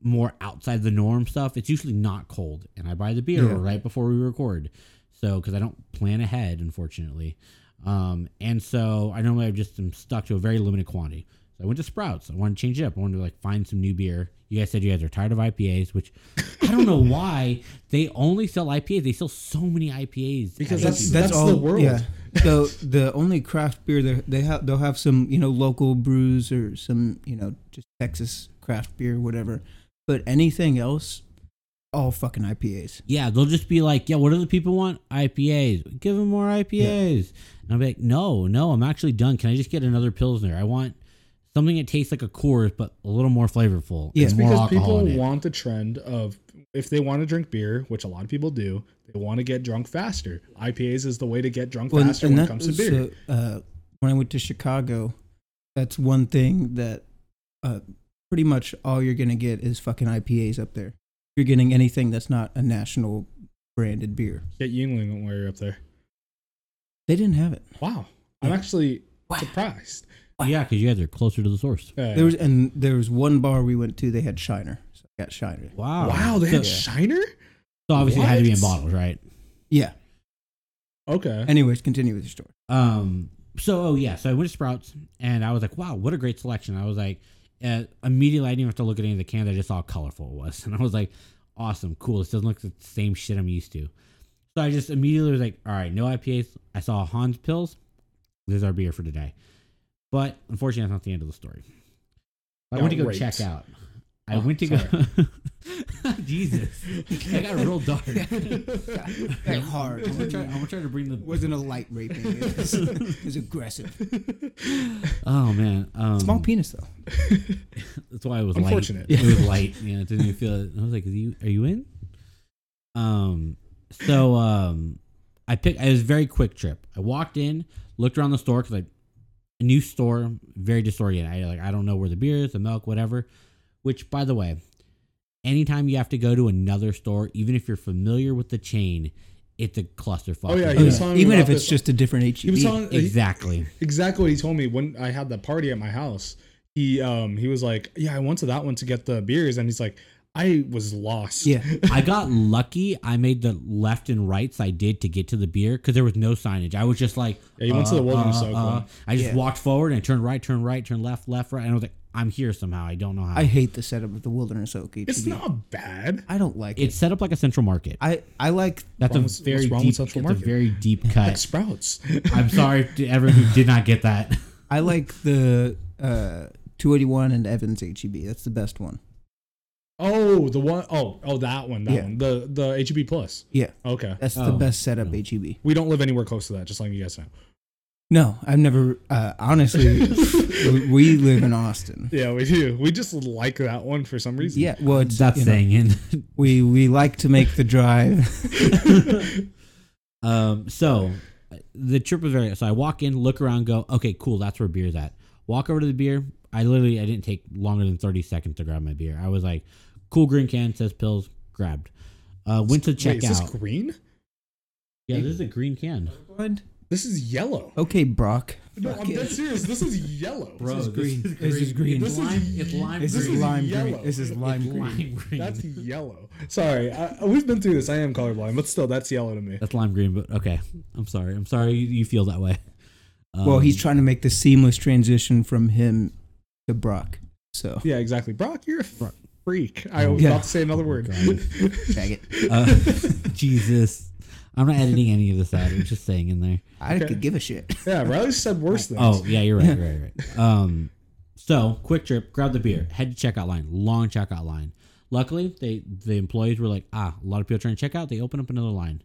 B: more outside the norm stuff, it's usually not cold. And I buy the beer
A: Yeah.
B: right before we record, so because I don't plan ahead, unfortunately. Um, and so I normally I just am stuck to a very limited quantity. So I went to Sprouts. I wanted to change it up. I wanted to like find some new beer. You guys said you guys are tired of IPAs, which I don't know why they only sell IPAs. They sell so many IPAs at
C: Because
B: HEB.
A: E
C: that's that's, the world.
A: the the only craft beer that they have, they'll have some you know local brews or some you know just Texas craft beer, whatever. But anything else, all fucking IPAs.
B: Yeah, they'll just be like, yeah, what do the people want? IPAs. Give them more IPAs. And I'll be like, no, no, I'm actually done. Can I just get another Pilsner? I want something that tastes like a Coors, but a little more flavorful.
A: Yeah.
B: and
A: It's
B: more
C: Because
B: alcohol
C: people
B: in it.
C: want the trend of if they want to drink beer, which a lot of people do, they want to get drunk faster. IPAs is the way to get drunk faster when it comes to
A: was,
C: beer.
A: uh, uh, when I went to Chicago, that's one thing that uh, pretty much all you're gonna get is fucking IPAs up there. You're getting anything that's not a national branded beer.
C: get Yingling while you're up there.
A: They didn't have it.
C: Wow, I'm
A: Yeah.
C: actually
A: Wow.
C: surprised.
B: Yeah, because you guys are closer to the source.
C: Uh,
A: There was and there was one bar we went to. They had Shiner. So I got Shiner.
B: Wow.
C: wow, they
B: so,
C: had Shiner.
B: so obviously it had to be in
C: What?
B: bottles, right?
A: Yeah.
C: Okay,
A: Anyways, continue with your story.
B: Um. So, oh yeah, so I went to Sprouts, and I was like, wow, what a great selection. I was like, uh, immediately I didn't have to look at any of the cans. I just saw how colorful it was, and I was like, awesome, cool. This doesn't look the same shit I'm used to. So I just immediately was like, all right, no IPAs. I saw Hans Pills. This is our beer for today. But unfortunately, that's not the end of the story. I went to go
C: Outraged.
B: check out. I
C: Oh,
B: went to go. Jesus, I got real dark.
A: Very hard.
B: I'm gonna, try, I'm gonna try to bring the.
A: wasn't a light raping. It was, it was aggressive.
B: Oh man, um,
A: Small penis though.
B: That's why it was
C: Unfortunate.
B: light. It was light. Yeah, it didn't even feel it. I was like, "Is you are you in?" Um. So um, I picked. It was a very quick trip. I walked in, looked around the store because I a new store, very disoriented. I like I don't know where the beer is, the milk, whatever. Which, by the way, anytime you have to go to another store, even if you're familiar with the chain, it's a clusterfuck.
C: Oh, yeah,
B: It's
C: he
A: Oh,
C: was
A: yeah.
C: telling me
A: Even if
C: about
A: it's
C: this-
A: just a different E HEB.
C: he was telling
B: exactly.
C: exactly what he told me when I had the party at my house. He um he was like, yeah, I went to that one to get the beers, and he's like, I was lost.
A: yeah.
B: I got lucky. I made the left and rights I did to get to the beer because there was no signage. I was just like, uh,
C: Yeah, you went to the Wilderness Oak one.
B: I just
A: Yeah.
B: walked forward and turned right, turned right, turned left, left, right. And I was like, I'm here somehow. I don't know how.
A: I hate the setup of the Wilderness Oak HEB.
C: it's not bad.
A: I don't like
B: it's
A: it.
B: set up like a central market.
A: I I like
B: That's
C: wrong
B: a
C: with-
B: very
C: what's wrong with
B: deep. It's
C: Central
B: a
C: Market?
B: very deep
C: Like
B: cut.
C: Sprouts.
B: I'm sorry to everyone who did not get that.
A: I like the uh, 281 and Evans HEB. That's the best one.
C: oh, the one oh oh that one that
A: Yeah.
C: one the the HEB plus.
A: Yeah.
C: Okay,
A: That's the
B: Oh,
A: best setup E
B: no.
A: HEB.
C: we don't live anywhere close to that. Just letting you guys know.
A: No, I've never. Uh, honestly, w- we live in Austin.
C: Yeah, we do. We just like that one for some reason.
A: Yeah. Well, it's
B: That's
A: you know,
B: saying it.
A: we we like to make the drive.
B: Um, so the trip was very. So I walk in, look around, go, okay, cool, that's where beer's at. Walk over to the beer. I literally, I didn't take longer than thirty seconds to grab my beer. I was like, cool green can says pills grabbed. Uh, went to
C: Wait,
B: check
C: is this
B: out.
C: green?
B: yeah, this is a green can.
C: This is yellow.
A: Okay, Brock.
C: No, I'm
A: Fuck
C: dead
A: it.
C: serious. This is yellow.
B: Bro,
A: is
B: this
A: green.
B: is
A: This is green.
B: It's
C: This is
B: lime, it's lime
A: This is
B: green.
A: lime green.
C: yellow.
A: This is
C: It's
A: lime
B: It's
A: green.
B: lime green.
C: That's yellow. Sorry, I, we've been through this. I am colorblind, but still, that's yellow to me.
B: That's lime green, but okay. I'm sorry. I'm sorry you, you feel that way. Um,
A: Well, he's trying to make the seamless transition from him to Brock. So
C: Yeah, exactly. Brock, you're a freak. I was
A: Yeah.
C: about to say another word.
B: God. Uh, Jesus. I'm not editing any of this out. I'm just saying in there.
A: I could give a shit.
C: yeah, Riley said worse things.
B: Oh, yeah, you're right. Right, right. Um, so, quick trip, grab the beer, head to checkout line, long checkout line. Luckily, they the employees were like, ah, a lot of people trying to check out. They open up another line.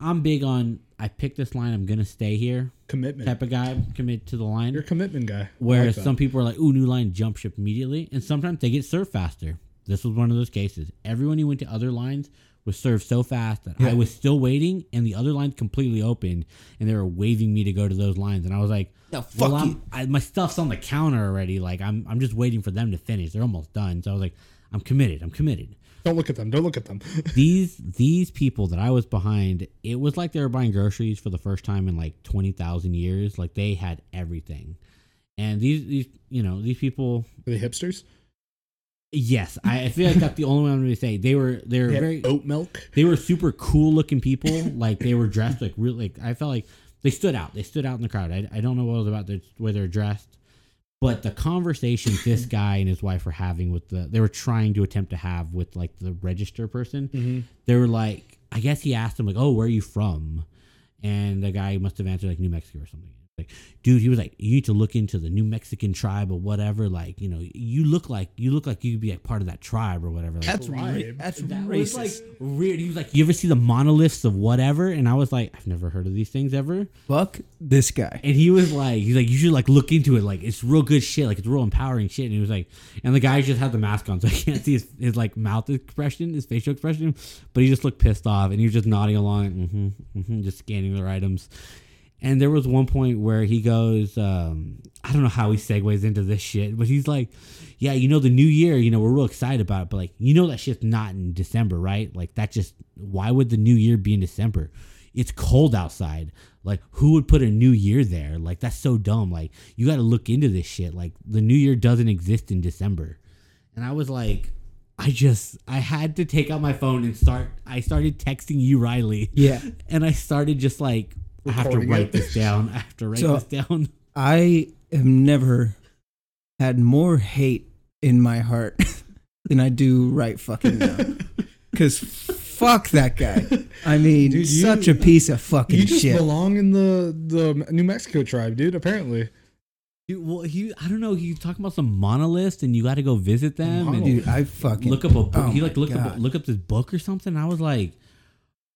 B: I'm big on, I picked this line, I'm going to stay here
C: commitment.
B: type of guy, commit to the line.
C: You're a commitment guy.
B: Whereas
C: that.
B: some people are like, ooh, new line, jump ship immediately. And sometimes they get served faster. This was one of those cases. Everyone who went to other lines was served so fast that I was still waiting and the other lines completely opened and they were waving me to go to those lines. And I was like,
A: No, fuck
B: well,
A: you.
B: I'm, I, my stuff's on the counter already. Like, I'm, I'm just waiting for them to finish. They're almost done. So I was like, I'm committed. I'm committed.
C: Don't look at them. Don't look at them.
B: these these people that I was behind, it was like they were buying groceries for the first time in like twenty thousand years. Like they had everything, and these these you know these people.
C: Are they hipsters?
B: Yes, I, I feel like that's the only one I'm going to say. They were they were
C: They had
B: very
C: oat milk.
B: they were super cool looking people. Like they were dressed like real like I felt like they stood out. They stood out in the crowd. I, I don't know what it was about their, where they're dressed, but the conversation this guy and his wife were having with the they were trying to attempt to have with like the register person. They were like, I guess he asked him like, "Oh, where are you from?" And the guy must have answered like New Mexico or something. Like, dude, he was like, "You need to look into the New Mexican tribe or whatever. Like, you know, you look like you look like you could be like part of that tribe or whatever." Like,
A: That's ra-
C: Bribe.
A: that's
B: that
A: racist.
B: was like weird. He was like, "You ever see the monoliths of whatever?" And I was like, "I've never heard of these things ever."
A: Fuck this guy.
B: And he was like, "He's like, you should like look into it. Like, it's real good shit. Like, it's real empowering shit." And he was like, and the guy just had the mask on, so I can't see his, his like mouth expression, his facial expression, but he just looked pissed off, and he was just nodding along, mm-hmm, mm-hmm, just scanning their items. And there was one point where he goes, um, I don't know how he segues into this shit, but he's like, Yeah, you know, the new year, you know, we're real excited about it, but like, you know, that shit's not in December, right? Like, that just, why would the new year be in December? It's cold outside. Like, who would put a new year there? Like, that's so dumb. Like, you got to look into this shit. Like, the new year doesn't exist in December. And I was like, I just, I had to take out my phone and start, I started texting you, Riley.
A: Yeah.
B: And I started just like, I have to
C: Recording
B: write
C: it.
B: this down. I have to write
A: So-
B: this down.
A: I have never had more hate in my heart than I do right fucking now. Because fuck that guy. I mean,
C: Dude, you-
A: such a piece of fucking
C: You just
A: shit.
C: belong in the the New Mexico tribe, dude. Apparently,
B: Dude, well, he, I don't know. He was talking about some monoliths and you got to go visit them and
A: Dude, I fucking
B: look up a book.
A: Oh
B: he like
A: my
B: look up,
A: God.
B: look up this book or something. I was like,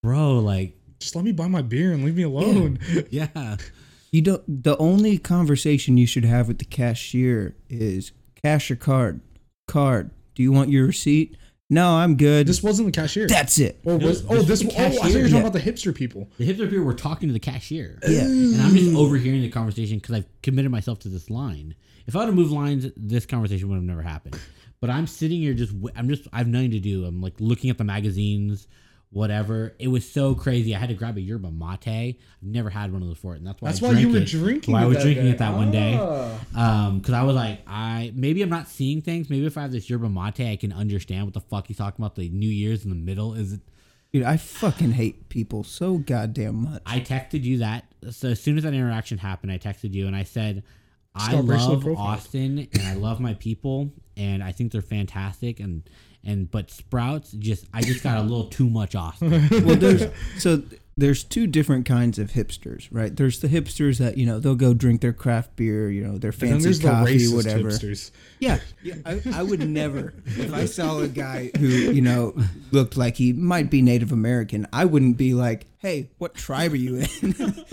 B: bro, like,
C: just let me buy my beer and leave me alone.
B: yeah.
A: You don't. The only conversation you should have with the cashier is cash or card. Card. Do you want your receipt? No, I'm good.
C: This wasn't the cashier.
A: That's it.
C: Or was,
B: No,
C: oh,
B: this
C: this,
B: was the
C: oh, I thought you
B: cashier.
C: were talking
A: Yeah.
C: about the hipster people.
B: The hipster people were talking to the cashier.
A: Yeah.
B: And I'm just overhearing the conversation because I've committed myself to this line. If I would have moved lines, this conversation would have never happened. But I'm sitting here just, w- I'm just, I have nothing to do. I'm like looking at the magazines, whatever. It was so crazy. I had to grab a yerba mate. I've never had one of those before. And that's why
C: That's
B: I
C: why you
B: drank
C: were
B: it.
C: drinking.
B: Why I
C: it
B: was
C: that
B: drinking
C: day.
B: it that one day.
C: Ah.
B: Um, because I was like, I maybe I'm not seeing things. Maybe if I have this yerba mate, I can understand what the fuck he's talking about. The New Year's in the middle is.
A: Dude, I fucking hate people so goddamn much.
B: I texted you that. So as soon as that interaction happened, I texted you and I said, I
C: Start personal
B: love
C: profile.
B: Austin and I love my people and I think they're fantastic and and but Sprouts just I just got a little too much Austin.
A: well, there's so th- there's two different kinds of hipsters, right? There's the hipsters that you know they'll go drink their craft beer, you know, their
C: And then
A: fancy
C: there's the
A: coffee,
C: racist
A: whatever.
C: hipsters.
A: Yeah, yeah I, I would never. If I saw a guy who, you know, looked like he might be Native American, I wouldn't be like, hey, what tribe are you in?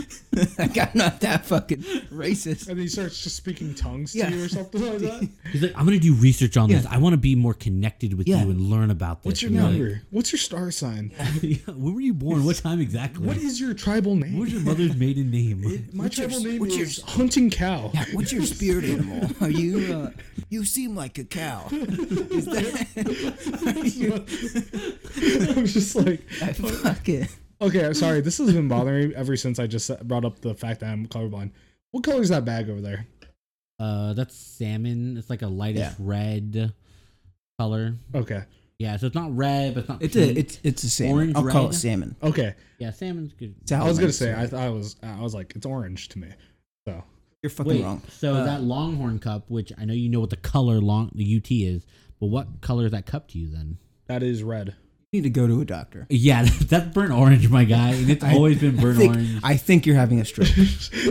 A: like, I'm not that fucking racist.
C: And then he starts just speaking tongues
A: Yeah.
C: to you or something like that.
B: He's like, I'm gonna do research on this.
A: Yeah.
B: I want to be more connected with
A: Yeah.
B: you and learn about this.
C: What's your
B: And you're like,
C: number? What's your star sign?
B: yeah, when were you born? What time exactly?
C: What is your tribal name?
B: what was your mother's maiden name?
C: My tribal name
A: what's your-
C: is Hunting Cow.
A: Yeah, what's your spirit animal? Are you, uh, you seem like a cow. Is that,
C: I'm just like,
A: I fucking,
C: Okay, sorry. This has been bothering me ever since I just brought up the fact that I'm colorblind. What color is that bag over there?
B: Uh, that's salmon. It's like a lightish
A: Yeah.
B: red color.
C: Okay,
B: Yeah, so it's not red, but it's not.
A: It's
B: pink.
A: a it's it's a salmon.
B: Orange
A: I'll call it
B: red?
A: salmon.
C: okay.
B: yeah, salmon's good.
A: Salmon.
C: I was gonna say I thought I was I was like it's orange to me. So
A: You're fucking
B: Wait,
A: wrong.
B: so
A: Uh,
B: that Longhorn cup, which I know you know what the color long the UT is, but what color is that cup to you then?
C: that is red.
A: You need to go to a doctor.
B: Yeah, that's burnt orange, my guy, and it's
A: I-
B: always been
A: I
B: burnt
A: think,
B: orange.
A: I think you're having a stroke.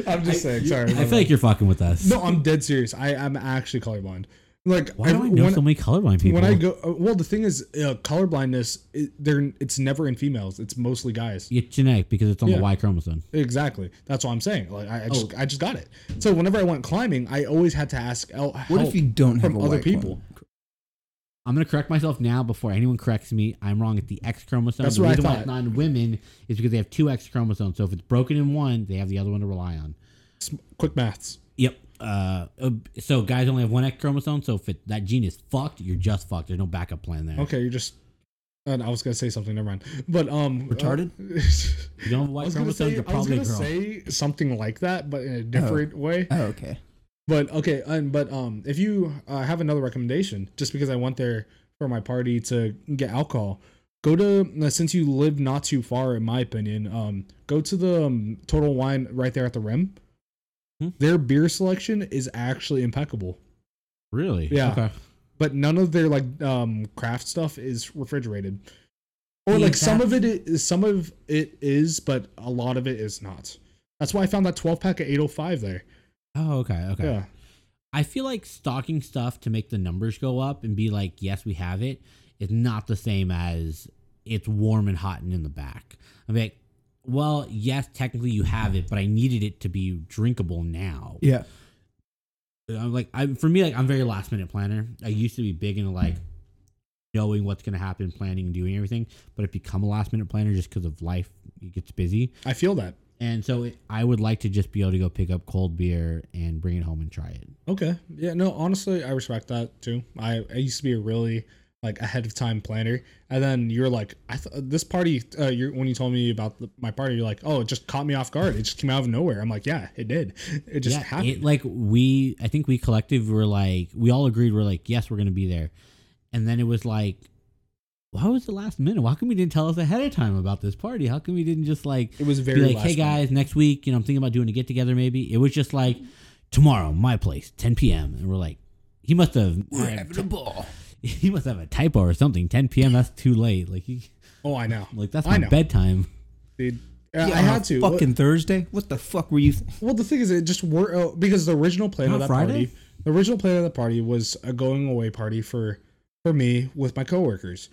C: I'm just saying. Sorry.
B: I feel like you're fucking with us.
C: no, I'm dead serious. I I'm actually colorblind. Like
B: Why do I know
C: when,
B: so many colorblind people?
C: when I go, uh, well, the thing is, uh, colorblindness. It, they're it's never in females. It's mostly guys.
B: it's genetic because it's on
C: Yeah.
B: the Y chromosome.
C: Exactly. That's what I'm saying. Like I, I just I just got it. So whenever I went climbing, I always had to ask el- help
A: What if you don't have
C: from
A: a
C: other
A: white
C: people.
A: one?
B: I'm gonna correct myself now before anyone corrects me. I'm wrong at the X chromosome.
C: That's
B: the
C: what I
B: reason why
C: thought.
B: it's not in women is because they have two X chromosomes. So if it's broken in one, they have the other one to rely on.
C: S- quick maths.
B: Yep. Uh, uh, so guys only have one X chromosome. So if it, that gene is fucked, you're just fucked. There's no backup plan there.
C: Okay, you're just. And I was gonna say something. Never mind. But um,
A: Retarded?
C: uh,
B: You don't have a
C: I
B: Y
C: was gonna
B: chromosome.
C: say
B: You're
C: I was
B: probably a
C: gonna
B: girl.
C: say something like that, but in a different way.
A: Oh, okay.
C: But okay, and but um, if you uh, have another recommendation, just because I went there for my party to get alcohol, go to uh, since you live not too far, in my opinion, um, go to the um, Total Wine right there at the rim.
B: Hmm.
C: Their beer selection is actually impeccable,
B: really?
C: Yeah.
B: Okay.
C: but none of their like um craft stuff is refrigerated, or
B: Yeah,
C: like some of it is some of it is, but a lot of it is not. That's why I found that twelve pack at eight oh five there.
B: Oh, okay. Okay.
C: Yeah.
B: I feel like stocking stuff to make the numbers go up and be like, yes, we have it, is not the same as it's warm and hot and in the back. I'm like, well, yes, technically you have it, but I needed it to be drinkable now.
A: Yeah.
B: I'm like, I'm for me, like I'm a very last minute planner. I used to be big into like knowing what's gonna happen, planning, and doing everything, but I've become a last minute planner just because of life. It gets busy,
C: I feel that.
B: and so it, I would like to just be able to go pick up cold beer and bring it home and try it.
C: Okay. Yeah. No. Honestly, I respect that too. I, I used to be a really like ahead of time planner, and then you're like, I th- this party. Uh, you're when you told me about the, my party, you're like, oh, it just caught me off guard. It just came out of nowhere. I'm like, yeah, it did. It just happened.
B: It, like we, I think we collective were like, we all agreed we're like, yes, we're gonna be there, and then it was like, why was it last minute? Why come you didn't tell us ahead of time about this party? How come you didn't just like
C: It was very
B: be like,
C: last
B: hey guys, next week, you know, I'm thinking about doing a get together. Maybe it was just like tomorrow, my place, 10 p.m. And we're like, he must have
A: We're having a ball.
B: he must have a typo or something. 10 p.m. That's too late. Like he,
C: minute. Oh, I know.
B: like that's
C: I
B: my
C: know.
B: bedtime.
C: Dude. Uh,
A: Yeah,
C: I
A: on a
C: had to. Well-
A: Fucking Thursday. What the fuck were you? Th-
C: Well, the thing is, it just were oh, because the original plan of
B: Not
C: that
B: Friday?
C: party, the original plan of the party was a going away party for for me with my coworkers.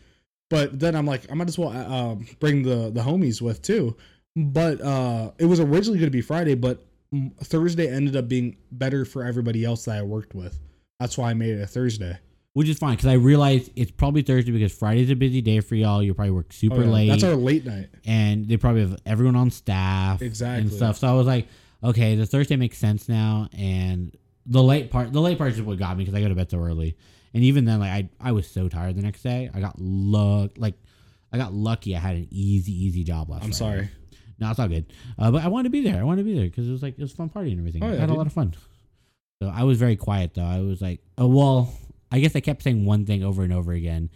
C: But then I'm like, I might as well uh, um, bring the the homies with too. But uh, it was originally going to be Friday, but mm, Thursday ended up being better for everybody else that I worked with. That's why I made it a Thursday.
B: Which is fine because I realize it's probably Thursday because Friday's a busy day for y'all. You probably work super
C: Oh, yeah.
B: late.
C: That's our late night.
B: and they probably have everyone on staff and
C: Exactly.
B: stuff. So I was like, okay, the Thursday makes sense now, and the late part, the late part is what got me because I go to bed so early, and even then, like I, I was so tired the next day. I got luck, like I got lucky. I had an easy, easy job last.
C: I'm
B: Friday.
C: sorry.
B: No, it's all good. Uh, but I wanted to be there. I wanted to be there because it was like it was a fun party and everything.
C: Oh,
B: I
C: yeah,
B: had a
C: dude.
B: lot of fun. So I was very quiet though. I was like, oh well. I guess I kept saying one thing over and over again,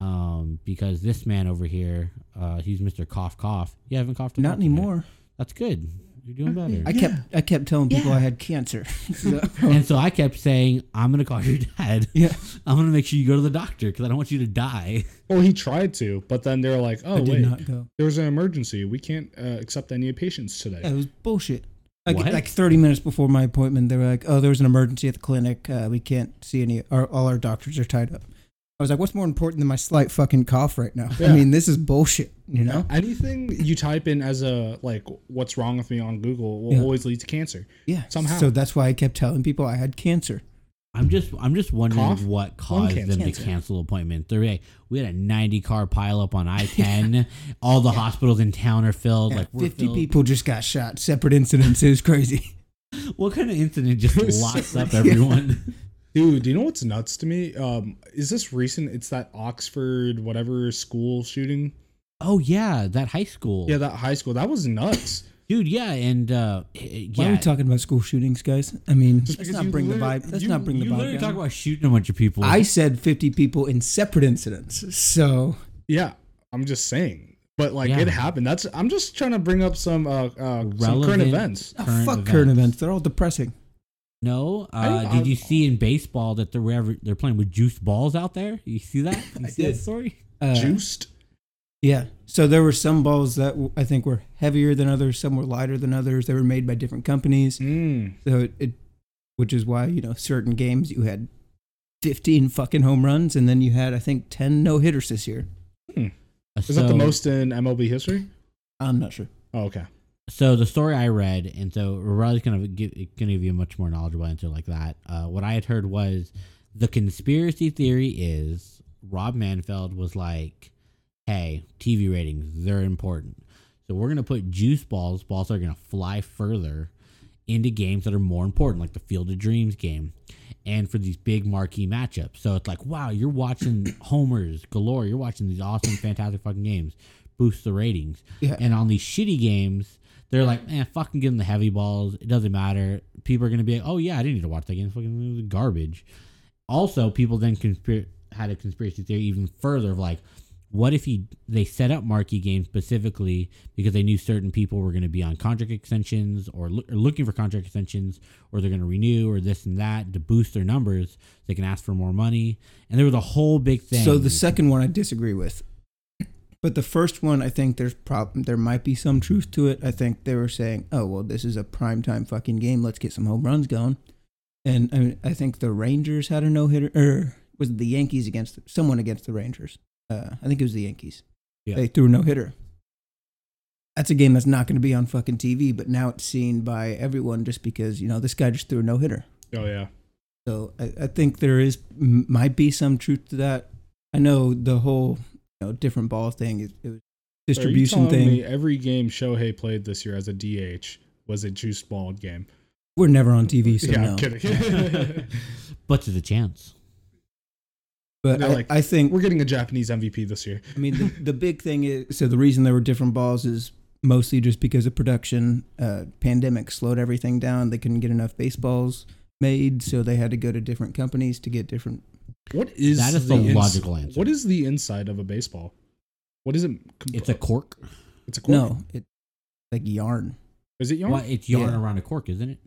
B: um, because this man over here, uh, he's Mister Cough Cough. You haven't coughed. a
A: Not
B: cough today.
A: anymore. Mm-hmm.
B: That's good. You're doing better.
A: I kept I kept telling people I had cancer. So-
B: and so I kept saying, I'm gonna call your dad.
A: yeah.
B: I'm gonna make sure you go to the doctor because I don't want you to die.
C: Well, he tried to, but then they were like,
A: I
C: "Oh
A: did
C: wait,
A: not go.
C: there was an emergency. We can't uh, accept any patients today."
A: That was bullshit. Like,
B: What?
A: like 30 minutes before my appointment, they were like, oh, there was an emergency at the clinic. Uh, we can't see any. Our, all our doctors are tied up. I was like, what's more important than my slight fucking cough right now?
C: Yeah.
A: I mean, this is bullshit, you know?
C: anything you type in as a like what's wrong with me on google will
A: Yeah.
C: always lead to cancer
A: Yeah.
C: Somehow.
A: So that's why I kept telling people I had cancer.
B: I'm just I'm just wondering
C: Cough?
B: what caused
C: cancer.
B: them
A: Cancer.
B: to cancel appointment. They're like, we had a 90 car pileup on I-10. All the hospitals in town are filled.
A: Yeah,
B: like we're
A: 50
B: filled.
A: people just got shot. Separate incidents. It was crazy.
B: What kind of incident just locks up everyone?
C: dude do you know what's nuts to me um is this recent it's that oxford whatever school shooting
B: Oh yeah, that high school.
C: Yeah, that high school that was nuts.
B: dude. Yeah, and uh, yeah.
A: Why are we talking about school shootings, guys? I mean, let's
C: because
A: not
C: you
A: bring the
C: literally-
A: vibe. Let's
B: you,
A: not bring the
B: you literally
A: vibe
B: talk
A: down.
B: about shooting a bunch of people.
A: I said 50 people in separate incidents. So
C: Yeah, I'm just saying. But like
B: Yeah.
C: it happened. That's I'm just trying to bring up some uh, uh some current
B: Relevant-
C: events.
A: Oh,
B: Current
A: fuck current
B: events.
A: events. They're all depressing.
B: no. Uh,
C: I- I-
B: did you see in baseball that they're wherever they're playing with juice balls out there? You see that? You
A: I
B: see that
A: did.
B: story?
A: Uh,
C: Juiced.
A: Yeah. So there were some balls that w- I think were heavier than others. Some were lighter than others. They were made by different companies.
C: Mm.
A: So it, it which is why you know certain games you had 15 fucking home runs, and then you had I think 10 no hitters this year.
B: Uh,
C: Is that the
B: so-
C: most in MLB history?
A: I'm not sure.
C: Oh, okay.
B: so the story I read, and so Riley's gonna give gonna give you a much more knowledgeable answer like that. Uh, what I had heard was the conspiracy theory is Rob Manfeld was like, "Hey, TV ratings, they're important, so we're gonna put juice balls. Balls that are gonna fly further into games that are more important, like the Field of Dreams game." And for these big marquee matchups. So it's like, wow, you're watching homers galore. You're watching these awesome, fantastic fucking games. Boost the ratings.
A: Yeah.
B: And on these shitty games, they're like, eh, fucking give them the heavy balls. It doesn't matter. People are gonna be like, oh yeah, I didn't need to watch that game. Fucking it was garbage. Also, people then conspir- had a conspiracy theory even further of like, what if he they set up marquee games specifically because they knew certain people were gonna be on contract extensions or, loo- or looking for contract extensions or they're gonna renew or this and that to boost their numbers. They can ask for more money. And there was a whole big thing.
A: So the second one I disagree with. But the first one, I think there's prob- there might be some truth to it. I think they were saying, "Oh well, this is a primetime fucking game. Let's get some home runs going." And I, mean, I think the Rangers had a no hitter, or was it the Yankees against someone against the Rangers? Uh, I think it was the Yankees.
B: Yeah.
A: They threw a no hitter. That's a game that's not going to be on fucking TV, but now it's seen by everyone just because you know this guy just threw a no hitter.
C: Oh yeah.
A: So I, I think there is m- might be some truth to that. I know the whole you know, different ball thing is it was
C: Are
A: distribution
C: you telling
A: thing.
C: Me every game Shohei played this year as a DH was a juice ball game.
A: We're never on TV, so
C: yeah,
A: no.
C: I'm kidding.
B: but there's a chance.
A: But
C: They're
A: I,
C: like,
A: I think
C: We're getting a Japanese MVP this year.
A: I mean the, the big thing is so the reason there were different balls is mostly just because of production. Uh, pandemic slowed everything down. They couldn't get enough baseballs made, so they had to go to different companies to get different.
C: What is
B: That is the
C: ins-
B: logical answer.
C: What is the inside of a baseball? What is it? com- uh,
B: It's a cork.
C: It's a cork.
A: No, it's like yarn.
C: Is it yarn?
B: Well, it's yarn
A: Yeah.
B: around a cork, isn't it?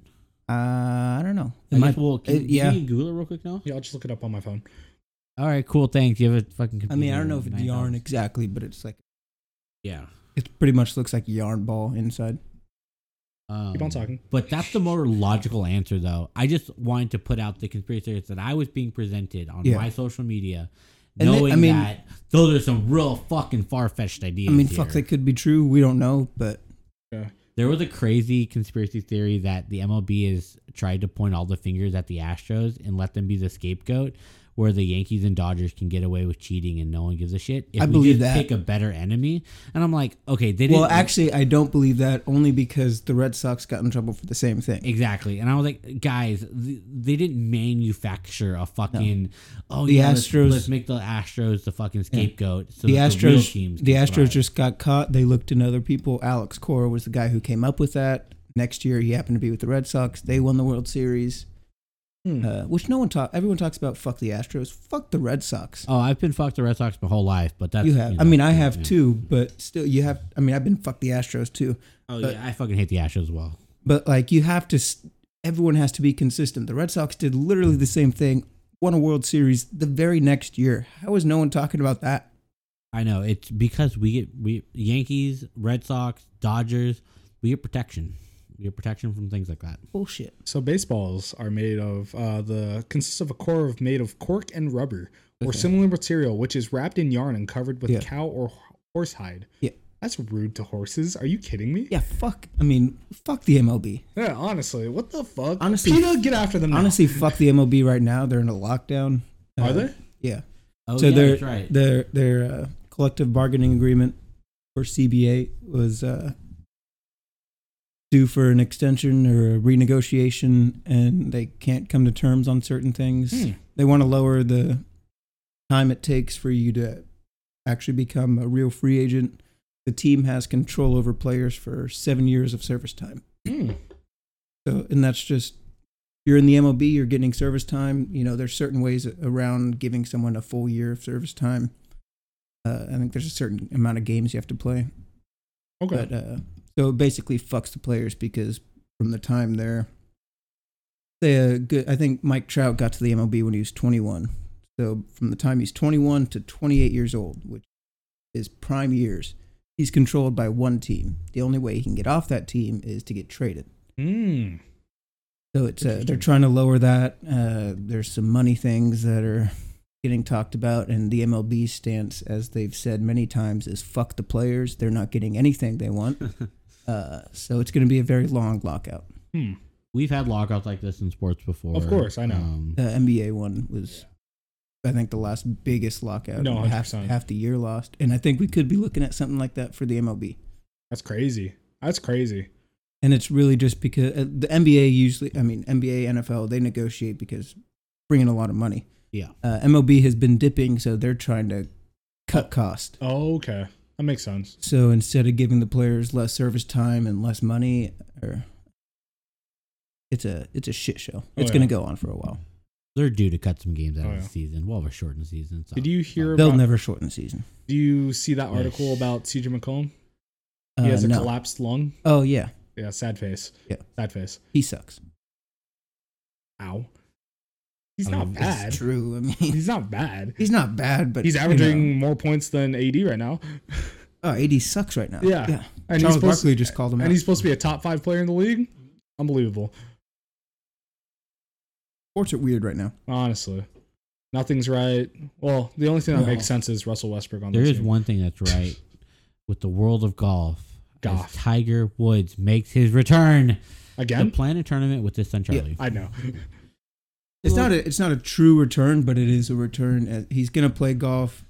A: Uh, I don't know. It
B: I
A: might-
B: guess we'll can,
A: it-
B: can
A: yeah.
B: you Google it real quick now.
C: Yeah, I'll just look it up on my phone.
B: All right, cool. Thanks. You have a
A: I
B: fucking. Computer
A: mean, I don't know if it's
B: nine
A: yarn
B: dollars.
A: exactly, but it's like.
B: yeah.
A: It pretty much looks like a yarn ball inside.
B: Um,
C: Keep on talking.
B: But that's the more logical answer, though. I just wanted to put out the conspiracy theories that I was being presented on
A: Yeah.
B: my social media,
A: And they- I
B: knowing
A: mean-
B: that those are some real fucking far fetched ideas.
A: I mean, fuck,
B: here.
A: that could be true. We don't know, but
B: There was a crazy conspiracy theory that the MLB has tried to point all the fingers at the Astros and let them be the scapegoat, where the Yankees and Dodgers can get away with cheating and no one gives a shit. If
A: I
B: we
A: believe
B: just
A: that.
B: Pick a better enemy, and I'm like, okay, they didn't.
A: well, actually, I don't believe that only because the Red Sox got in trouble for the same thing.
B: Exactly, and I was like, guys, th- they didn't manufacture a fucking. Oh,
A: The
B: yeah, let's-
A: Astros-
B: Let's, make the Astros the fucking scapegoat. So
A: The
B: that real
A: Astros,
B: teams
A: the
B: can
A: Astros
B: thrive.
A: just got caught. They looked in other people. Alex Cora was the guy who came up with that. Next year, he happened to be with the Red Sox. They won the World Series,
C: Hmm.
A: uh, which no one talk. Everyone talks about. Fuck the Astros. Fuck the Red Sox.
B: Oh, I've been fucked the Red Sox my whole life, but that's
A: you have. I
B: know,
A: mean, I have
B: yeah.
A: too, but still, you have. I mean, I've been fuck the Astros too.
B: Oh
A: but-
B: yeah, I fucking hate the Astros as well.
A: but like you have to s- everyone has to be consistent the red sox did literally the same thing won a world series the very next year how is no one talking about that
B: I know it's because we get we Yankees, Red Sox, Dodgers, we get protection. We get protection from things like that.
A: bullshit
C: So baseballs are made of uh, the consists of a core of made of cork and rubber or
A: Okay.
C: similar material, which is wrapped in yarn and covered with
A: Yeah.
C: cow or h- horse hide.
A: Yeah.
C: that's rude to horses. Are you kidding me?
A: yeah fuck i mean fuck the mlb
C: Yeah, honestly, what the fuck?
A: Honestly-
C: PETA, get after them. Now.
A: honestly fuck the mlb right now they're in a lockdown
C: are
A: Uh,
C: they?
A: yeah
B: Oh
A: so
B: yeah,
A: their
B: that's right.
A: their their uh, collective bargaining agreement or cba was uh due for an extension or a renegotiation and they can't come to terms on certain things
C: Hmm.
A: they want to lower the time it takes for you to actually become a real free agent, the team has control over players for seven years of service time.
C: Hmm.
A: So, and that's just you're in the MLB, you're getting service time. You know, there's certain ways around giving someone a full year of service time. Uh, I think there's a certain amount of games you have to play,
C: Okay.
A: but uh, so it basically fucks the players because from the time they're they uh, good. I think Mike Trout got to the MLB when he was 21. So from the time he's 21 to 28 years old, which is prime years, he's controlled by one team. The only way he can get off that team is to get traded.
C: Hmm.
A: So it's uh, they're
C: Interesting.
A: trying to lower that. Uh, there's some money things that are getting talked about, and the MLB stance, as they've said many times, is fuck the players. They're not getting anything they want. Uh, so it's going to be a very long lockout.
C: Hmm.
B: We've had lockouts like this in sports before.
C: Of course, I know.
B: Um,
A: The NBA one was, I think, the last biggest lockout.
C: No,
A: half
C: 100%.
A: half the year lost, and I think we could be looking at something like that for the MLB.
C: That's crazy. That's crazy.
A: And it's really just because uh, the NBA usually, I mean, NBA, NFL, they negotiate because bringing a lot of money.
B: Yeah.
A: Uh, MLB has been dipping, so they're trying to cut cost.
C: Oh, okay. That makes sense.
A: So instead of giving the players less service time and less money, or it's a it's a shit show. It's
C: Oh, yeah.
A: going to go on for a while.
B: they're due to cut some games out
C: Oh,
B: of
C: yeah.
B: the season. Well, we're short in the season. So.
C: Did you hear
A: They'll
C: about,
A: never shorten the season.
C: do you see that article about CJ McCollum?
A: Uh,
C: He has a
A: no.
C: collapsed lung.
A: Oh yeah,
C: Yeah, sad face.
A: Yeah.
C: Sad face.
A: he sucks.
C: Ow. He's
B: I
C: not
B: mean, it's
C: bad.
A: It's true. I mean,
C: He's not bad.
A: he's not bad, but
C: He's
A: you know,
C: averaging more points than AD right now.
A: oh, AD sucks right now.
C: Yeah. And
A: Charles
C: he's supposed,
A: Barkley just called him
C: and
A: out.
C: he's supposed to be a top five player in the league. Unbelievable.
A: Sports are weird right now.
C: Honestly. Nothing's right. Well, the only thing that
A: No.
C: makes sense is Russell Westbrook on
B: There
C: this
B: is
C: team.
B: one thing that's right with the world of golf. as
C: Golf.
B: Tiger Woods makes his return. The
C: Again?
B: plan a tournament with his son Charlie.
C: I know.
A: It's
B: Well-
A: not a it's not a true return, but it is a return. Uh, He's gonna play golf.